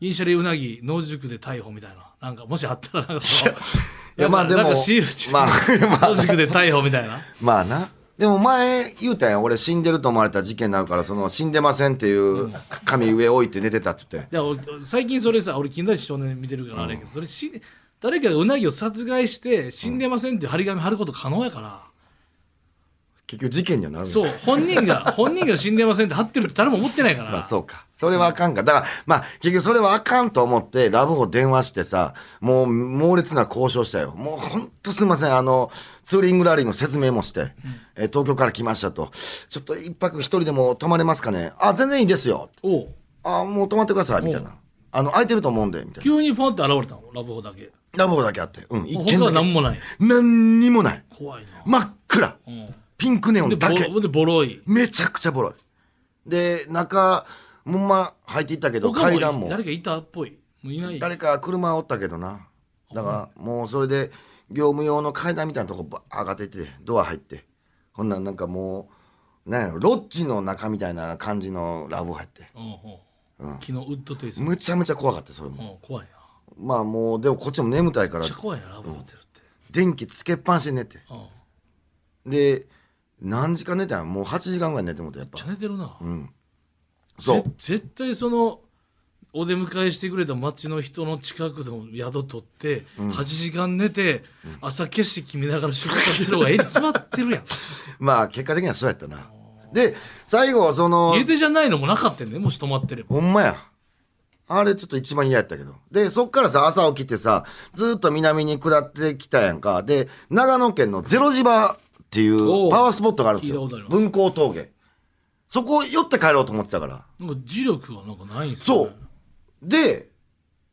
Speaker 4: 銀シャリうなぎ野宿で逮捕みたいななんかもしあったらなんかそうい
Speaker 2: いやまあでも
Speaker 4: なんか私有地で
Speaker 2: まあまあ
Speaker 4: 野宿で逮捕みたいな
Speaker 2: まあな。でも前言うたやん俺死んでると思われた事件になるからその死んでませんっていう紙上置いて寝てたっつって
Speaker 4: いや俺最近それさ俺金田一少年見てるからあれやけど、それし誰かがうなぎを殺害して死んでませんっていう張り紙貼ること可能やから、
Speaker 2: 結局事件にはなるんだ
Speaker 4: そう本人 が本人が死んでませんって貼ってるって誰も思ってないから、
Speaker 2: まあそうか。それはあかんか。だから、まあ結局それはあかんと思って、ラブホ電話してさ、もう猛烈な交渉したよ。もうほんとすいません。あの、ツーリングラリーの説明もして、えー東京から来ましたと。ちょっと一泊一人でも泊まれますかね。あ、全然いいですよ。
Speaker 4: おう
Speaker 2: あ、もう泊まってください。みたいな。あの、空いてると思うんで、みたいな。
Speaker 4: 急にポンって現れたのラブホだけ
Speaker 2: ラブホだけあって。うん、一軒
Speaker 4: 他は
Speaker 2: だけ。
Speaker 4: 何もない
Speaker 2: 何にもない。
Speaker 4: 怖いな、
Speaker 2: 真っ暗。
Speaker 4: う
Speaker 2: ピンクネオ
Speaker 4: ん、で
Speaker 2: ンだけ。
Speaker 4: ボロでボロい
Speaker 2: めちゃくちゃボロい。で、中、ほんま入っていったけど、
Speaker 4: 他
Speaker 2: 階段も。
Speaker 4: 誰かいたっぽいもういない
Speaker 2: 誰か車おったけどなだからもうそれで業務用の階段みたいなとこばー上がっていってドア入ってほんなんなんかもうなんやろロッジの中みたいな感じのラブ入って
Speaker 4: うんうん
Speaker 2: うん
Speaker 4: 昨日ウッドテイスト、
Speaker 2: むちゃむちゃ怖かったそれ
Speaker 4: う
Speaker 2: も
Speaker 4: ん、怖いな
Speaker 2: まあもうでもこっちも眠たいから
Speaker 4: めっちゃ怖いなラブホテルって、
Speaker 2: 電気つけっぱなしで寝て
Speaker 4: うん、めっ
Speaker 2: で何時間寝たんもう8時間ぐらい寝てもうてやっぱ
Speaker 4: ちゃ寝てるな、
Speaker 2: うんそう
Speaker 4: ぜ絶対そのお出迎えしてくれた町の人の近くの宿取って、8時間寝て、朝景色見ながら出発する方がええに決まってる やん
Speaker 2: まあ結果的にはそうやったなで最後その
Speaker 4: 家出じゃないのもなかったんねもし泊まってれば
Speaker 2: ほんまや。あれちょっと一番嫌やったけど。で、そっからさ、朝起きてさ、ずーっと南に下ってきたやんか。で、長野県のゼロ島っていう
Speaker 4: おう
Speaker 2: パワースポットがあるんです
Speaker 4: 聞い
Speaker 2: よ
Speaker 4: たことあ。ります
Speaker 2: 文光峠。そこ寄って帰ろうと思ってたから。
Speaker 4: なんか磁力はなんかないんす
Speaker 2: そう。で、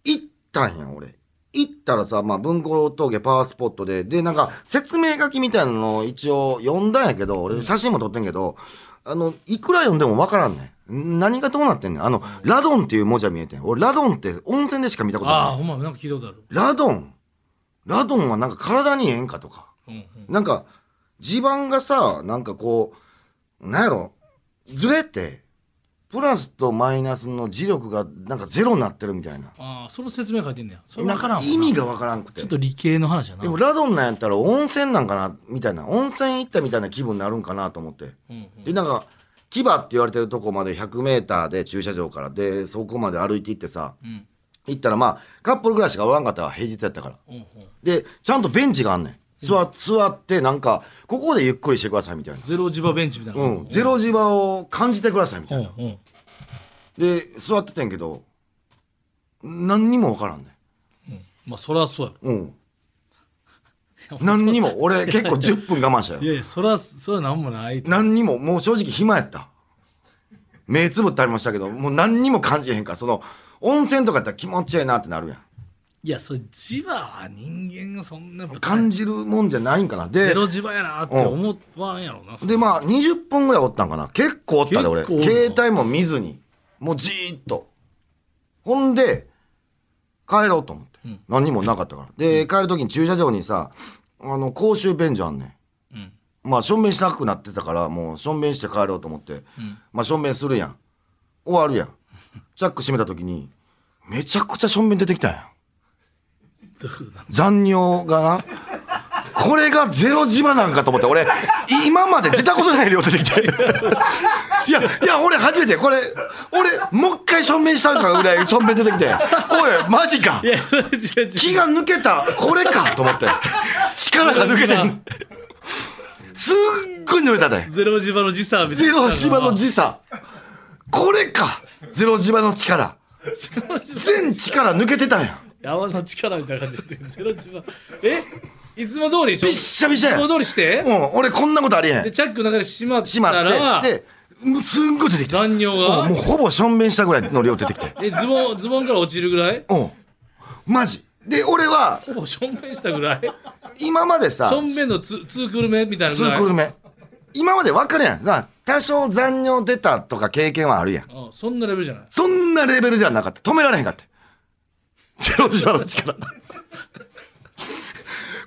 Speaker 2: 行ったんやん、俺。行ったらさ、まあ、文光峠パワースポットで、で、なんか、説明書きみたいなのを一応読んだんやけど、俺写真も撮ってんけど、あの、いくら読んでもわからんねん。何がどうなってんねん。あの、ラドンっていう文字は見えてん。俺、ラドンって温泉でしか見たこと
Speaker 4: ああ
Speaker 2: な
Speaker 4: ほんまなんか聞いたことある
Speaker 2: い。ラドンラドンはなんか体にええんかとか。
Speaker 4: うんうん
Speaker 2: なんか、地盤がさ、なんかこう、なんやろ、ずれて、プラスとマイナスの磁力がなんかゼロになってるみたいな
Speaker 4: ああその説明書いてんねやそれ
Speaker 2: な
Speaker 4: 分
Speaker 2: ん
Speaker 4: からん
Speaker 2: か
Speaker 4: わな
Speaker 2: 意味がわからんくて
Speaker 4: ちょっと理系の話やな
Speaker 2: でもラドンなんやったら温泉なんかなみたいな温泉行ったみたいな気分になるんかなと思って
Speaker 4: うんうん
Speaker 2: でなんか牙って言われてるとこまで 100m で駐車場からでそこまで歩いて行ってさ
Speaker 4: うん
Speaker 2: 行ったらまあカップルぐらいしかおらんかったわ平日やったから
Speaker 4: うんうん
Speaker 2: でちゃんとベンチがあんねん座座ってなんかここでゆっくりしてくださいみたいな
Speaker 4: ゼロ磁場ベンチみたいな
Speaker 2: うんゼロ磁場を感じてくださいみ
Speaker 4: う
Speaker 2: た
Speaker 4: ん
Speaker 2: いな
Speaker 4: うん
Speaker 2: で座っててんけど何にもわからんねん
Speaker 4: まあそらそうや
Speaker 2: うん
Speaker 4: ろ
Speaker 2: 何にも 俺結構10分我慢したよ
Speaker 4: いやいやそらそらなんもない
Speaker 2: 何にももう正直暇やった目つぶってありましたけどもう何にも感じへんからその温泉とかやったら気持ちええなってなるやん
Speaker 4: いやそれ磁場は人間がそんなやっぱ
Speaker 2: 感じるもんじゃないんかな
Speaker 4: ゼ
Speaker 2: で
Speaker 4: ロ磁場やなって思わんやろな
Speaker 2: でまあ20分ぐらいおったんかな結構おったで俺
Speaker 4: 結構おるな
Speaker 2: 携帯も見ずにもうじーっとほんで帰ろうと思って、
Speaker 4: うん
Speaker 2: 何にもなかったからで帰る時に駐車場にさあの公衆便所あんねん
Speaker 4: うん
Speaker 2: まあしょんべんしなくなってたからもうしょんべんして帰ろうと思って
Speaker 4: うん
Speaker 2: まあ、しょんべんするやん。終わるやん。チャック閉めた時に、めちゃくちゃしょんべん出てきたやん。
Speaker 4: どういうことな
Speaker 2: 残尿がな。これがゼロ磁場なんかと思って、俺、今まで出たことない量出てきて。いや、いや、俺初めて、これ、俺、もう一回しょんべんしたんかぐらいしょんべん出てきて。おい、マジか
Speaker 4: い。やそれ違う違う
Speaker 2: 気が抜けた、これかと思って。力が抜けてん。すっごい濡れたで。
Speaker 4: ゼロ磁場の時差みたい
Speaker 2: ゼ
Speaker 4: な
Speaker 2: ロ磁場の時差。これかゼロ磁場の力。
Speaker 4: ゼロ磁場
Speaker 2: 全力抜けてたんや。
Speaker 4: 泡の力みたいな感じでゼロ磁場えいつも通りでしょ
Speaker 2: びっしゃびしゃ
Speaker 4: いつ
Speaker 2: や。
Speaker 4: も
Speaker 2: う
Speaker 4: 通りして
Speaker 2: ん、俺こんなことありえへ
Speaker 4: で
Speaker 2: ん。
Speaker 4: チャックの中で閉まっ
Speaker 2: したまっ
Speaker 4: ら
Speaker 2: て、で、もうすんごい出てきて。
Speaker 4: 残尿
Speaker 2: うん
Speaker 4: が
Speaker 2: もうほぼしょんべんしたぐらいの量出てきて。
Speaker 4: えズボンズボンから落ちるぐらい
Speaker 2: うん。マジ。で、俺は、
Speaker 4: ほぼしょんべんしたぐらい
Speaker 2: 今までさ、
Speaker 4: しょんべんのツツークルメみたいな
Speaker 2: ツ
Speaker 4: ぐら
Speaker 2: ー
Speaker 4: い
Speaker 2: クルメ。今まで分かるやん。な多少残尿出たとか経験はあるやん。
Speaker 4: うんそんなレベルじゃない
Speaker 2: そんなレベルではなかった。止められへんか った。ゼロ磁場の力。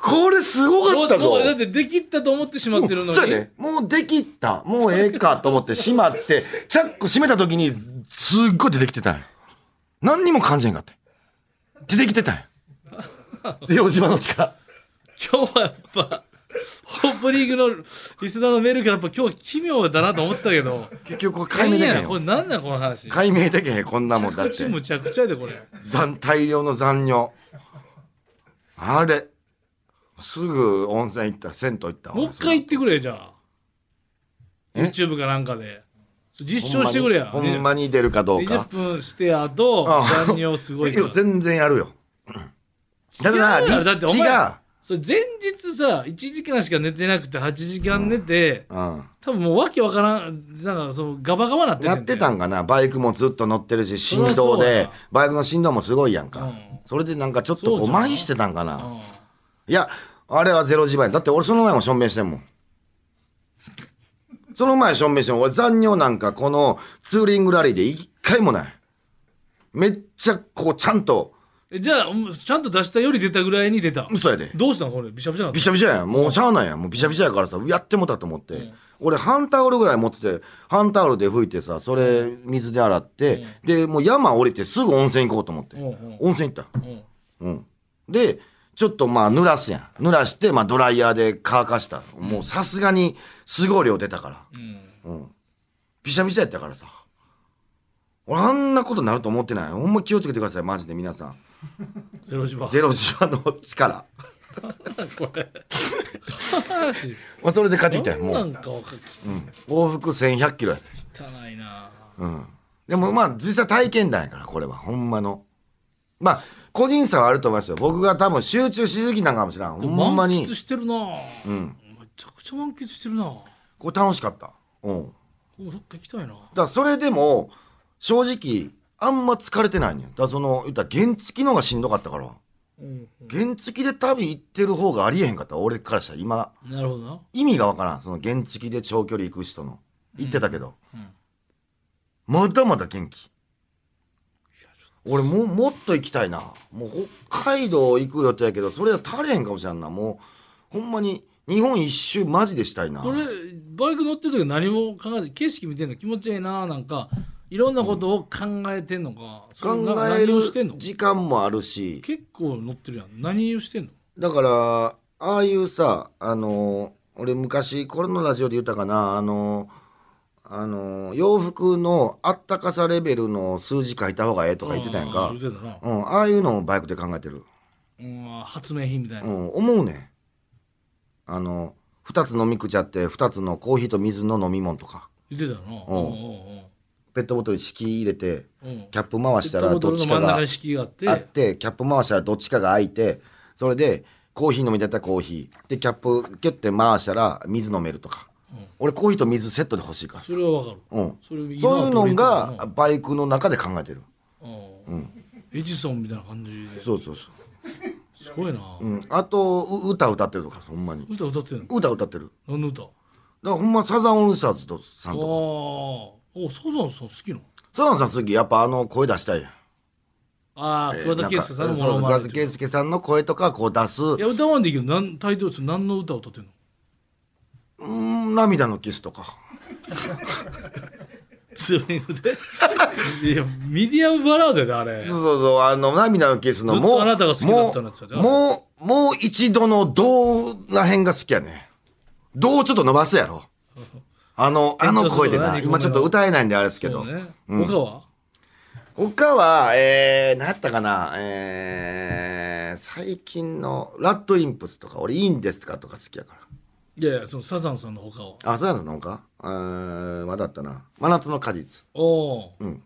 Speaker 2: これすごかったぞ。
Speaker 4: もうもうだってできたと思ってしまってるのに、
Speaker 2: そうやねもうできたもうええかと思って閉まってチャック閉めた時にすっごい出てきてたんよ何にも感じへんかって出てきてたんよゼロ島の力
Speaker 4: 今日はやっぱオープニングのリスナーのメールからやっぱ今日奇妙だなと思ってたけど
Speaker 2: 結局解明できへ
Speaker 4: なんんやこ
Speaker 2: よ
Speaker 4: れなんなんこの 話
Speaker 2: 解明できへんこんなもんだっ
Speaker 4: こってちむちゃくちゃやでこれ
Speaker 2: 残大量の残尿あれすぐ温泉行った銭湯行ったわ
Speaker 4: もう一回言ってくれじゃあ
Speaker 2: え
Speaker 4: YouTube かなんかで実証してくれや
Speaker 2: ほんまにほんまに出るかどう
Speaker 4: 20
Speaker 2: か
Speaker 4: 分してやと
Speaker 2: ああ
Speaker 4: 残尿すごい
Speaker 2: い
Speaker 4: か
Speaker 2: や
Speaker 4: ら
Speaker 2: 全然やるよだってな
Speaker 4: 違うやろだっ
Speaker 2: 立
Speaker 4: てお
Speaker 2: 地
Speaker 4: 前
Speaker 2: が
Speaker 4: それ前日さ1時間しか寝てなくて8時間寝て、
Speaker 2: うん
Speaker 4: 多分もうわけわからんなんかそのガバガバなってん
Speaker 2: や
Speaker 4: ねん
Speaker 2: ってたんかなバイクもずっと乗ってるし
Speaker 4: そりゃ
Speaker 2: 振動
Speaker 4: そうや
Speaker 2: で
Speaker 4: な
Speaker 2: バイクの振動もすごいやん
Speaker 4: う
Speaker 2: か
Speaker 4: ん
Speaker 2: それでなんかちょっとこう
Speaker 4: そうじゃん
Speaker 2: 麻痺してたんか
Speaker 4: う
Speaker 2: なんいやあれはゼロ時前だって俺その前もしょんべんしてんもんその前しょんべんしてんもん俺残尿なんかこのツーリングラリーで一回もないめっちゃこうちゃんと
Speaker 4: えじゃあうんちゃんと出したより出たぐらいに出た
Speaker 2: 嘘やで
Speaker 4: どうしたのこれびしゃびしゃなの
Speaker 2: びしゃびしゃやんもうしゃあないやんもうびしゃびしゃやからさやってもうたと思って、
Speaker 4: うん
Speaker 2: 俺半タオルぐらい持ってて半タオルで拭いてさそれ水で洗って、でもう山降りてすぐ温泉行こうと思って、
Speaker 4: うんうん
Speaker 2: 温泉行った
Speaker 4: うん
Speaker 2: うんでちょっとまあ濡らすやん濡らしてまあドライヤーで乾かしたもうさすがにすごい量出たか
Speaker 4: うん
Speaker 2: らうんびしゃびしゃやったからさ俺あんなことになると思ってないほんま気をつけてくださいマジで皆さん
Speaker 4: ゼロ時場
Speaker 2: ゼロ時間の力、
Speaker 4: これ話
Speaker 2: まあ、それで買ってきたよ
Speaker 4: どん
Speaker 2: もう
Speaker 4: なんかわか
Speaker 2: うん往復1100キロやで
Speaker 4: 汚いな
Speaker 2: うんでもまあ実際体験談やからこれはほんまのまあ個人差はあると思いますよ僕が多分集中しすぎなんかもしれんほんま
Speaker 4: 満
Speaker 2: に
Speaker 4: 喫してるな
Speaker 2: うん
Speaker 4: めちゃくちゃ満喫してるなも
Speaker 2: これ楽しかったうん
Speaker 4: うどっか行きたいな
Speaker 2: だからそれでも正直あんま疲れてないねんだからその言ったら原付の方がしんどかったから
Speaker 4: うん
Speaker 2: 原付で旅行ってる方がありえへんかった俺からしたら今
Speaker 4: なるほどな
Speaker 2: 意味がわからんその原付で長距離行く人の行ってたけど、
Speaker 4: うん
Speaker 2: まだまだ元気俺もうもっと行きたいなもう北海道行く予定やけどそれは足れへんかもしれんなもうほんまに日本一周マジでしたいな
Speaker 4: これバイク乗ってる時何も考えて景色見てんの気持ちええななんかいろんなことを考えてんのか、それな
Speaker 2: 考え
Speaker 4: 何をしてんの
Speaker 2: る時間もあるし
Speaker 4: 結構乗ってるやん何をしてんの
Speaker 2: だからああいうさあの俺昔これのラジオで言ったかなあのあの洋服のあったかさレベルの数字書いた方がええとか言ってたやん
Speaker 4: あ
Speaker 2: か
Speaker 4: ー、言ってたな、
Speaker 2: うん、ああいうのをバイクで考えてる、
Speaker 4: うん、発明品みたいうな、
Speaker 2: ん、思うねんあの2つ飲み口あって2つのコーヒーと水の飲み物とか
Speaker 4: 言ってたな
Speaker 2: うんペットボトル敷き入れて
Speaker 4: うんうんうん
Speaker 2: キャップ回したら
Speaker 4: ペット
Speaker 2: どっ
Speaker 4: ボトルの
Speaker 2: ち
Speaker 4: 真
Speaker 2: か
Speaker 4: ん中
Speaker 2: が
Speaker 4: に敷きがあって
Speaker 2: あってキャップ回したらどっちかが開いてそれでコーヒー飲みたいったらコーヒーでキャップキュッて回したら水飲めるとか、
Speaker 4: うん
Speaker 2: 俺コーヒーと水セットで欲しいから、
Speaker 4: それはわかる
Speaker 2: うん、
Speaker 4: それ今
Speaker 2: そういうの
Speaker 4: 取り入れて
Speaker 2: が
Speaker 4: る
Speaker 2: バイクの中で考えてる
Speaker 4: なうんエジソンみたいな感じで
Speaker 2: そうそうそ
Speaker 4: すごいな、
Speaker 2: う、うん、あとう歌歌ってるとかほんまに
Speaker 4: 歌歌ってんの
Speaker 2: 歌歌ってる
Speaker 4: 何の歌
Speaker 2: だからほんまサザンオールスターズと
Speaker 4: あ
Speaker 2: さ
Speaker 4: あ
Speaker 2: ん
Speaker 4: ー
Speaker 2: と
Speaker 4: おサザンさん好きなの
Speaker 2: かサザンさん次やっぱあの声出したい
Speaker 4: ああ桑田佳祐さんのも
Speaker 2: そう
Speaker 4: の
Speaker 2: 桑
Speaker 4: ま
Speaker 2: 田
Speaker 4: ね
Speaker 2: 佳祐さんの声とかこう出す
Speaker 4: いや歌わんでいいけどなんタイトルです何の歌を歌ってんの
Speaker 2: うん涙のキスとか
Speaker 4: ツーリングでいやミディアムバラードやであれ
Speaker 2: そうそうそう、あの、涙のキスの、
Speaker 4: ずっと
Speaker 2: もう、
Speaker 4: あなたが好きだったのって言ってたよ
Speaker 2: もう、もう、もう一度の、どうらへんが好きやね。どうちょっと伸ばすやろ。あの、あの声で
Speaker 4: 延長す
Speaker 2: な、
Speaker 4: るとな
Speaker 2: 今ちょっと歌えないんであれですけど。
Speaker 4: そうね
Speaker 2: うん
Speaker 4: 他は
Speaker 2: 他は、えー、何やったかな、えー、最近の、ラッドインプスとか、俺、いいんですかとか好きやか
Speaker 4: いやいやそのサザンさんの他は
Speaker 2: ら。あ、そうやったのかえー、まだあったな。真夏の果実。
Speaker 4: おお
Speaker 2: うん。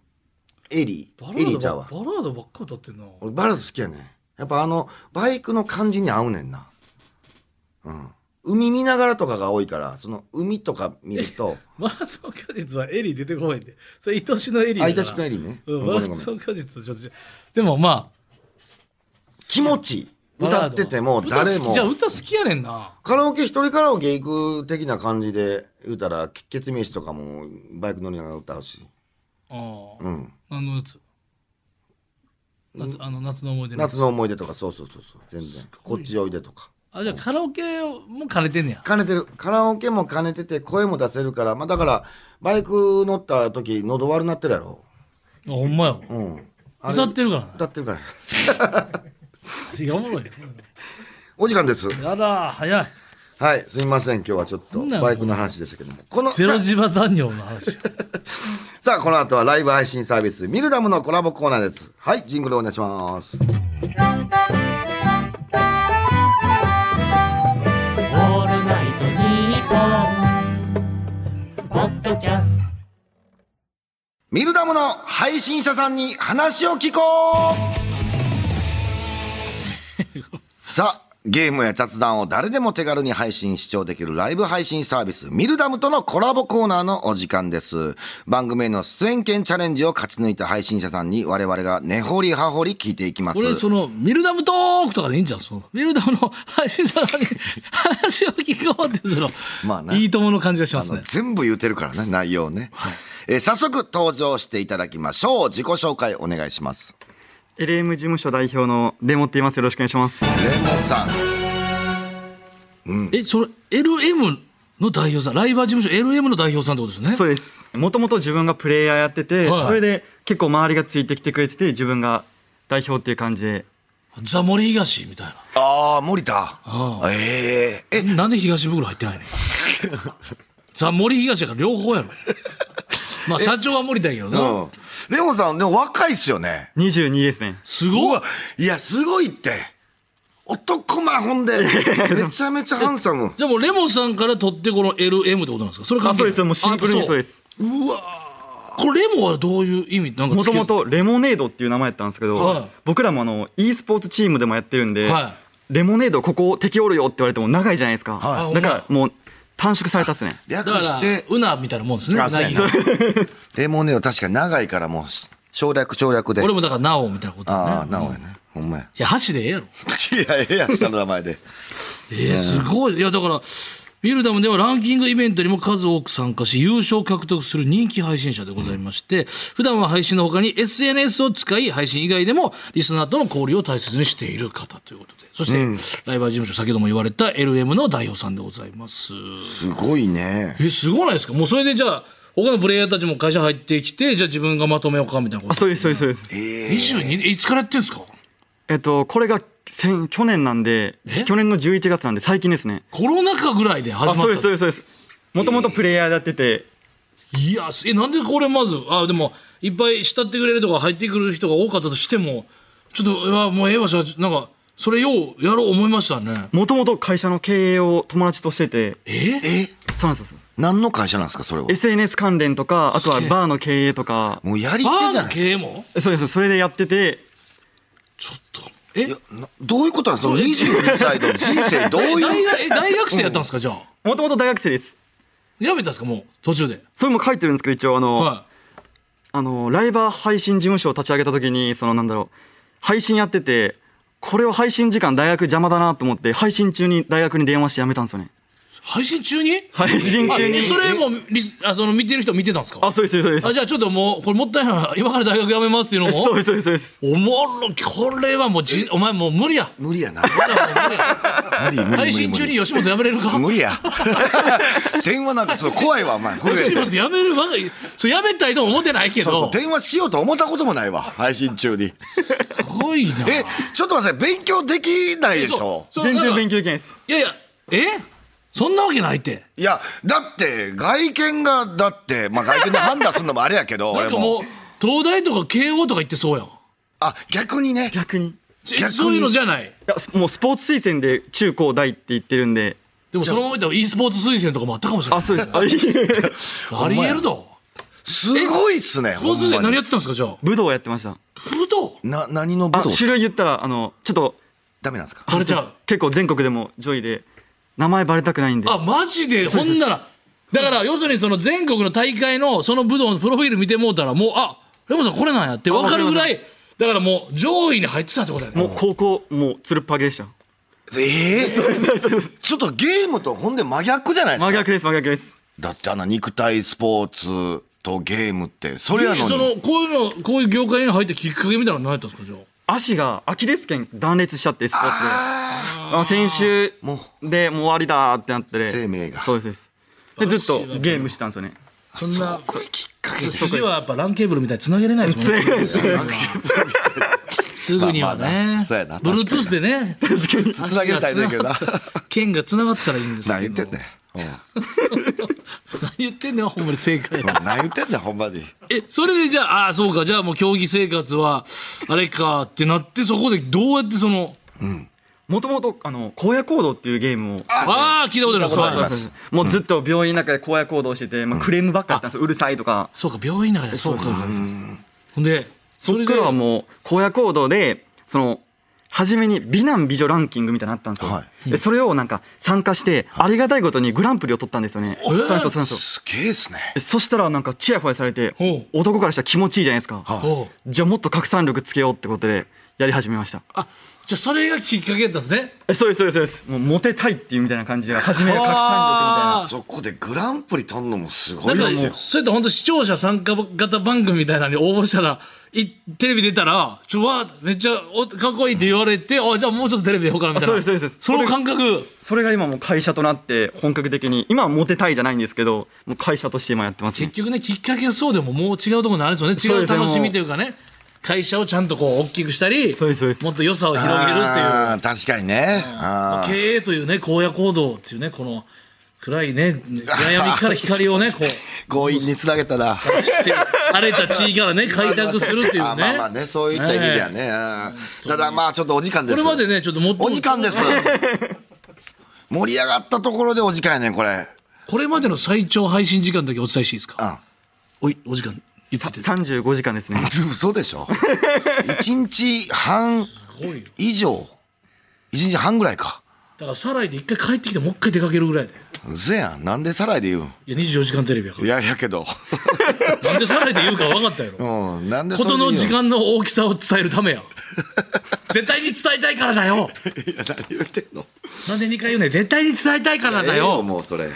Speaker 2: エリ
Speaker 4: バラ
Speaker 2: ー。エリー
Speaker 4: ー
Speaker 2: ちゃう
Speaker 4: ドば
Speaker 2: わ
Speaker 4: バ。ラードばっか歌ってんな
Speaker 2: 俺バラード好きやねやっぱあのバイクの感じに合うねんなうん海見ながらとかが多いからその海とか見ると
Speaker 4: マラソン果実はエリー出てこないんでそれ愛し のエリー
Speaker 2: あ
Speaker 4: だ
Speaker 2: い
Speaker 4: か
Speaker 2: た
Speaker 4: ら
Speaker 2: しのエリね、
Speaker 4: うん、
Speaker 2: ごめ
Speaker 4: マラ
Speaker 2: んごめん
Speaker 4: ソン果実ちょっとでもまあ
Speaker 2: 気持ちいい歌ってても
Speaker 4: バラードは
Speaker 2: 誰
Speaker 4: 歌好き
Speaker 2: も
Speaker 4: じゃあ歌好きやねんな
Speaker 2: カラオケ一人カラオケ行く的な感じで言うたら「ケツメイシ」とかもバイク乗りながら歌うし
Speaker 4: ああ
Speaker 2: うん
Speaker 4: 何のやつ夏あの夏の思い出のやつ
Speaker 2: 夏の思い出とかそうそうそうそう全然こっちおいでとか
Speaker 4: あじゃあカラオケも兼ねてんねや
Speaker 2: 兼ねてるカラオケも兼ねてて声も出せるからまあだからバイク乗った時喉悪なってるやろ
Speaker 4: あほんまよ
Speaker 2: うんあれ
Speaker 4: 歌ってるから
Speaker 2: 歌ってるから。
Speaker 4: ないやおもろいね
Speaker 2: お時間です。
Speaker 4: やだ早い
Speaker 2: はい、すみません。今日はちょっと
Speaker 4: なんなの
Speaker 2: バイクの話でしたけども。この
Speaker 4: ゼ
Speaker 2: さ
Speaker 4: ロ地場残業 の話
Speaker 2: さあ、この後はライブ配信サービス、ミルダムのコラボコーナーです。はい、ジングルお願いします。
Speaker 3: オールナイトニッポン」ポッドキャスト
Speaker 2: ミルダムの配信者さんに話を 聞こうさあ、ゲームや雑談を誰でも手軽に配信視聴できるライブ配信サービス、ミルダムとのコラボコーナーのお時間です。番組への出演権チャレンジを勝ち抜いた配信者さんに我々が根掘り葉掘り聞いていきます。
Speaker 4: これそのミルダムトークとかでいいんじゃんそのミルダムの配信者さんに話を聞こうっていうその
Speaker 2: まあない
Speaker 4: いともの感じがしま
Speaker 2: あ
Speaker 4: す
Speaker 2: の
Speaker 4: ね
Speaker 2: 全部言うてるからね、内容ね。えー早速登場していただきましょう。自己紹介お願いします。
Speaker 5: LM 事務所代表のレモンって言いますよろしくお願いします
Speaker 2: レモンさん。
Speaker 4: えそれ LM の代表さんライバー事務所 LM の代表さんってことですよね
Speaker 5: そうですもともと自分がプレイヤーやってて、
Speaker 4: はい
Speaker 5: それで結構周りがついてきてくれてて自分が代表っていう感じで
Speaker 4: ザ・森東みたいな
Speaker 2: ああ、森田。
Speaker 4: あ
Speaker 2: えええ、
Speaker 4: なんで東袋入って ないねんザ・森東やから両方やろまあ社長は森田やけどな、
Speaker 2: うん。レモンさん、でも若いっすよね。
Speaker 5: 22ですね
Speaker 4: すごい
Speaker 2: わいや、すごいって。男まほん で、めちゃめちゃハンサム。
Speaker 4: じゃあもうレモンさんから取ってこの LM ってことなんですかそれ関
Speaker 5: あ
Speaker 4: 係
Speaker 5: そう
Speaker 4: ない
Speaker 5: ですもうシンプルにそうです
Speaker 2: うわ
Speaker 4: これレモンはどういう意味なんか
Speaker 5: も
Speaker 4: つけ
Speaker 5: と
Speaker 4: て
Speaker 5: もとレモネードっていう名前やったんですけど、
Speaker 4: はい
Speaker 5: 僕らもあの e スポーツチームでもやってるんで、
Speaker 4: は
Speaker 5: レモネードここ敵おるよって言われても長いじゃないですか、
Speaker 4: はい
Speaker 5: だからもう短縮されたっすね
Speaker 2: 略
Speaker 4: だか
Speaker 2: し
Speaker 4: ら
Speaker 2: て、
Speaker 4: うなみたいなもんですね
Speaker 2: あ
Speaker 4: うなぎ
Speaker 2: そうやレモンネード確かに長いからもう、省略省略で。
Speaker 4: 俺もだからなおみたいなことだね
Speaker 2: ああ、なおやね。ほんまや。
Speaker 4: いや箸でええやろ
Speaker 2: いや、ええやん、下の名前で。
Speaker 4: えー、すごいいやだからビルダムではランキングイベントにも数多く参加し優勝を獲得する人気配信者でございまして、普段は配信の他に SNS を使い配信以外でもリスナーとの交流を大切にしている方ということでそして、ライバー事務所先ほども言われた LM の代表さんでございます
Speaker 2: すごいね。
Speaker 4: えすごないですかもうそれでじゃあ他のプレイヤーたちも会社入ってきてじゃあ自分がまとめようかみたいなこ
Speaker 5: あ
Speaker 4: と
Speaker 5: そうですそうですそうです
Speaker 4: 22えいつからやってんですか
Speaker 5: えっとこれが先去年なんで
Speaker 4: え
Speaker 5: 去年の11月なんで最近ですね
Speaker 4: コロナ禍ぐらいで始ま
Speaker 5: あ
Speaker 4: った
Speaker 5: そうですそうですそうですもともとプレイヤーやってて
Speaker 4: いやすえなんでこれまずあでもいっぱい慕ってくれるとか入ってくる人が多かったとしてもちょっといやもうええわ社長なんかそれようやろう思いましたね
Speaker 5: もともと会社の経営を友達としてて
Speaker 4: え
Speaker 1: え
Speaker 5: そうなんですよ
Speaker 2: 何の会社なんですかそれは
Speaker 5: SNS 関連とかあとは
Speaker 4: すげえ
Speaker 5: バーの経営とか
Speaker 2: もうやり
Speaker 4: バ
Speaker 2: 手じ
Speaker 4: ー
Speaker 2: ゃ
Speaker 4: の
Speaker 2: ない
Speaker 4: 経営も
Speaker 5: そうですそれでやってて
Speaker 4: ちょっとえ
Speaker 2: いやなどういうことなんですか22歳の人生どう
Speaker 4: 大
Speaker 2: いう
Speaker 4: 学え大学生やったんですかじゃあ
Speaker 5: もともと大学生です
Speaker 4: やめたんですかもう途中で
Speaker 5: それも書いてるんですけど一応あの、
Speaker 4: は
Speaker 5: あのライバー配信事務所を立ち上げた時にそのなんだろう配信やっててこれを配信時間大学邪魔だなと思って配信中に大学に電話してやめたんですよね
Speaker 4: い配信中に
Speaker 5: 配信
Speaker 4: あ
Speaker 5: 中に
Speaker 4: えそれもリスあその見てる人見てたんですか
Speaker 5: あそうですそうですそう
Speaker 4: あ
Speaker 5: です
Speaker 4: じゃあちょっともうこれもったいない な今から大学辞めますっていうの
Speaker 5: え
Speaker 4: も
Speaker 5: そうですそうですそうです
Speaker 4: おもろこれはもうじお前もう無理や
Speaker 2: 無理やな無理無理無理無理
Speaker 4: 配信中に吉本辞めれるか
Speaker 2: 無理や 電話なんかそう怖いわお前震え
Speaker 4: 吉
Speaker 2: て
Speaker 4: 本辞めるわけそう辞めたいとも思ってないけ
Speaker 2: そ
Speaker 4: ど
Speaker 2: う電話しようと思ったこともないわ配信中に
Speaker 4: すごいな
Speaker 2: えちょっと待って勉強できないでし
Speaker 4: そ
Speaker 2: ょ
Speaker 4: うそう
Speaker 5: 全
Speaker 4: なん
Speaker 5: 然
Speaker 4: か
Speaker 5: 勉強できないです
Speaker 4: いやいやえそんなわけないって
Speaker 2: いやだって外見がだってまあ外見で判断するのもあれやけど
Speaker 4: なんかもう東大とか慶応とか行ってそうやん
Speaker 2: あ逆にね
Speaker 5: 逆にい
Speaker 4: ち
Speaker 2: 逆に
Speaker 4: そういうのじゃない
Speaker 5: やもうスポーツ推薦で中高大って言ってるんで
Speaker 4: でもそのままでも e スポーツ推薦とかもあったかもしれ
Speaker 5: あ
Speaker 4: ない
Speaker 5: そうですあいい
Speaker 4: ありえると
Speaker 2: すごいっすね
Speaker 4: スポーツ推薦何や
Speaker 2: っ
Speaker 4: ってたんですかじゃあ
Speaker 5: 武道をやってました
Speaker 4: 武道
Speaker 2: な何の武
Speaker 5: あ
Speaker 2: 道
Speaker 5: 種類言ったらあのちょっと
Speaker 2: ダメなんですか
Speaker 4: あれじゃあ
Speaker 5: 結構全国でも上位で名前バレたくないんで
Speaker 4: あマジでほんならだから要するにその全国の大会のその武道のプロフィール見てもうたらもうあレモンさんこれなんやって分かるぐらいだからもう上位に入ってたってことやね
Speaker 5: もう高校もうつるっぱげでした
Speaker 2: ええちょっとゲームとほんで真逆じゃないですか
Speaker 5: 真逆です真逆です
Speaker 2: だってあの肉体スポーツとゲームってそれやの
Speaker 4: で
Speaker 2: に
Speaker 4: そのこういうのこういう業界に入ったきっかけみたいなの何やったんですかじゃあ
Speaker 5: 足がアキレス腱断裂しちゃってスポーツであ先週
Speaker 2: も
Speaker 5: でもう終わりだーってなって
Speaker 2: 生命が
Speaker 5: そうですそうですでずっとゲームしてたんですよね
Speaker 4: そんな
Speaker 2: これきっかけで
Speaker 4: 筋はやっぱランケーブルみたいに繋げれないですもんねすぐには
Speaker 2: まあまあ
Speaker 4: ね
Speaker 2: なそうやな
Speaker 4: Bluetooth でね
Speaker 2: つなげたいんだけどな
Speaker 4: 剣が繋がったらいいんですけど
Speaker 2: 何言ってんねん
Speaker 4: 何言ってんねんほんまに正解
Speaker 2: うん何言ってんねんほんまに
Speaker 4: えそれでじゃあああそうかじゃあもう競技生活はあれかってなってそこでどうやってその
Speaker 5: もともとあの荒野行動っていうゲームを
Speaker 4: ああ聞いたことある
Speaker 2: 聞いたことあり
Speaker 4: そう
Speaker 2: ま
Speaker 4: か
Speaker 2: す
Speaker 5: もうずっと病院の中で荒野行動してて、まあ、クレームばっかやったんですようるさいとか
Speaker 4: そうか病院の中でそうかほんでそ
Speaker 5: そ
Speaker 4: れ
Speaker 5: っ
Speaker 4: で
Speaker 5: からはもう荒野行動でその初めに美男美女ランキングみたいなのあったんですよ、
Speaker 2: は
Speaker 5: でそれをなんか参加してありがたいことにグランプリを取ったんですよね、そうなんですよそうなんですよ
Speaker 2: すげえっすね
Speaker 5: えそしたらなんかチヤホヤされて
Speaker 4: ほ
Speaker 5: 男からしたら気持ちいいじゃないですか、
Speaker 2: は
Speaker 4: おう
Speaker 5: じゃあもっと拡散力つけようってことでやり始めました
Speaker 4: あじゃあそれがきっかけだったんですね
Speaker 5: えそうですそうですそうですもうモテたいっていうみたいな感じで初めは拡
Speaker 4: あ
Speaker 5: 散
Speaker 2: そこでグランプリ取んのもすご
Speaker 4: ないん
Speaker 2: で
Speaker 4: か
Speaker 2: すよ
Speaker 4: それって本当視聴者参加型番組みたいなのに応募したらいテレビ出たらちょわめっちゃおかっこいいって言われてあじゃあもうちょっとテレビでようかなみたいな
Speaker 5: あそうですそうです
Speaker 4: その感覚
Speaker 5: 力それが今もう会社となって本格的に今はモテたいじゃないんですけどもう会社として今やってます、ね
Speaker 4: 結、局ねきっかけはそうでももう違うところにあるんですよね違
Speaker 5: そう
Speaker 4: う
Speaker 5: ですね
Speaker 4: 楽しみというかね会社をちゃんとこう大きくしたり
Speaker 5: そうですそうです
Speaker 4: もっと良さを広げるっていう
Speaker 2: あー確かにねあー
Speaker 4: 経営というね荒野行動っていうねこの暗いね悩みから光をねこう
Speaker 2: 強引につなげたら
Speaker 4: して荒れた地 域からね開拓するっていうね
Speaker 2: あまあまあねそういった意味ではね、あーただまあちょっとお時間で
Speaker 4: こ
Speaker 2: す
Speaker 4: れまでねちょっともっと
Speaker 2: お時間です盛り上がったところでお時間やねんこれ
Speaker 4: これまでの最長配信時間だけお伝えしていいですか
Speaker 2: あ
Speaker 4: おいお時間言っててす
Speaker 5: 35時間ですね
Speaker 2: 嘘でしょ一日半
Speaker 4: ごいよ
Speaker 2: 以上一日半ぐらいか
Speaker 4: だからサライで一回帰ってきてもう一回出かけるぐらいで
Speaker 2: うせやんなんでサライで言うん
Speaker 4: いや24時間テレビやか
Speaker 2: いややけど
Speaker 4: らなんでサライで言うか分かったやろ
Speaker 2: うんなんでそ
Speaker 4: こ
Speaker 2: れで
Speaker 4: と
Speaker 2: 言う
Speaker 4: の時間の大きさを伝える ためや絶対に伝えたいからだよ
Speaker 2: いや何言ってんの
Speaker 4: なんで2回言うねん絶対に伝えたいからだ
Speaker 2: ええよ
Speaker 4: よ
Speaker 2: もうそれ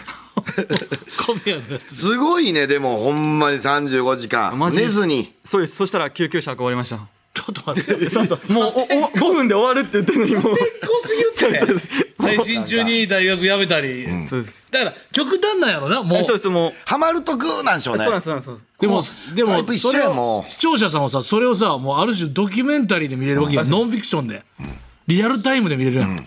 Speaker 4: 小宮のやつ
Speaker 2: すごいねでもほんまに35時間
Speaker 5: マジで
Speaker 2: 寝ずに
Speaker 5: そうですそしたら救急車運ばれました
Speaker 4: ちょっと待っ て
Speaker 5: そうそうもうおお5分で終わるって言ってるのにもう
Speaker 4: 濃すぎるって
Speaker 5: そうです
Speaker 4: 配信中に大学辞めたり、
Speaker 5: そうです。
Speaker 4: だから極端なんやろなも
Speaker 5: え
Speaker 4: う
Speaker 5: そうです、もう。
Speaker 2: ハマるとグーなんでしょうね
Speaker 5: そうなんです、そうなんですそうなんです。
Speaker 4: でも
Speaker 2: タ
Speaker 4: でも
Speaker 2: イプ一
Speaker 4: そ
Speaker 2: 緒
Speaker 4: れ
Speaker 2: や
Speaker 4: を
Speaker 2: もう
Speaker 4: 視聴者さんはさそれをさもうある種ドキュメンタリーで見れるわけやんノンフィクションで、リアルタイムで見れるやん、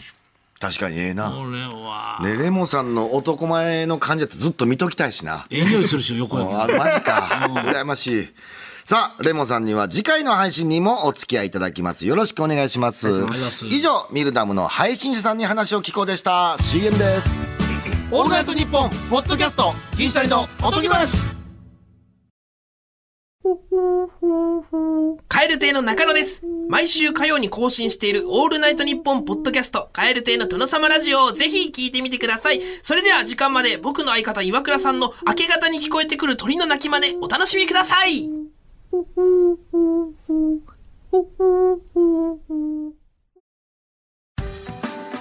Speaker 2: 確かにええな、
Speaker 4: これは、
Speaker 2: ねレモさんの男前の感じだってずっと見ときたいしな
Speaker 4: ええ匂いするしよ横や
Speaker 2: あマジか羨ましいさあレモさんには次回の配信にもお付き合いいただきますよろしくお願いします
Speaker 4: ます
Speaker 2: 以上ミルダムの配信者さんに話を聞こうでした CM です
Speaker 1: オールナイトニッポンポッドキャスト銀シャリのおとぎ話
Speaker 6: カエル亭の中野です。毎週火曜に更新しているオールナイトニッポンポッドキャスト、カエル亭の殿様ラジオをぜひ聞いてみてください。それでは時間まで僕の相方岩倉さんの明け方に聞こえてくる鳥の鳴き真似、お楽しみください。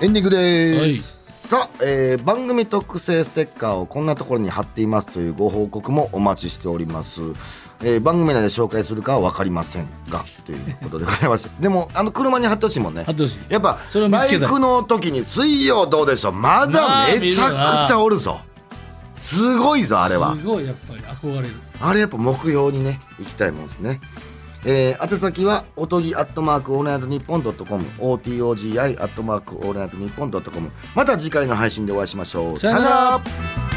Speaker 2: エンディングです、
Speaker 4: は
Speaker 2: さあ、えー番組特製ステッカーをこんなところに貼っていますというご報告もお待ちしております、えー番組内で紹介するかは分かりませんがということでございます でもあの車に貼ってほしいもんね
Speaker 4: 貼ってほしい
Speaker 2: やっぱ
Speaker 4: それを見
Speaker 2: バ
Speaker 4: つけ
Speaker 2: イ
Speaker 4: た
Speaker 2: クの時に「水曜どうでしょう」まだめちゃくちゃおるぞすごいぞあれは
Speaker 4: すごいやっぱり憧れる
Speaker 2: あれやっぱ目標にね行きたいもんですね。えー、宛先はおとぎアットマークオールナイトニッポンドットコム OTOGI アットマークオールナイトニッポンドットコムまた次回の配信でお会いしましょう
Speaker 4: さよなら
Speaker 2: さよなら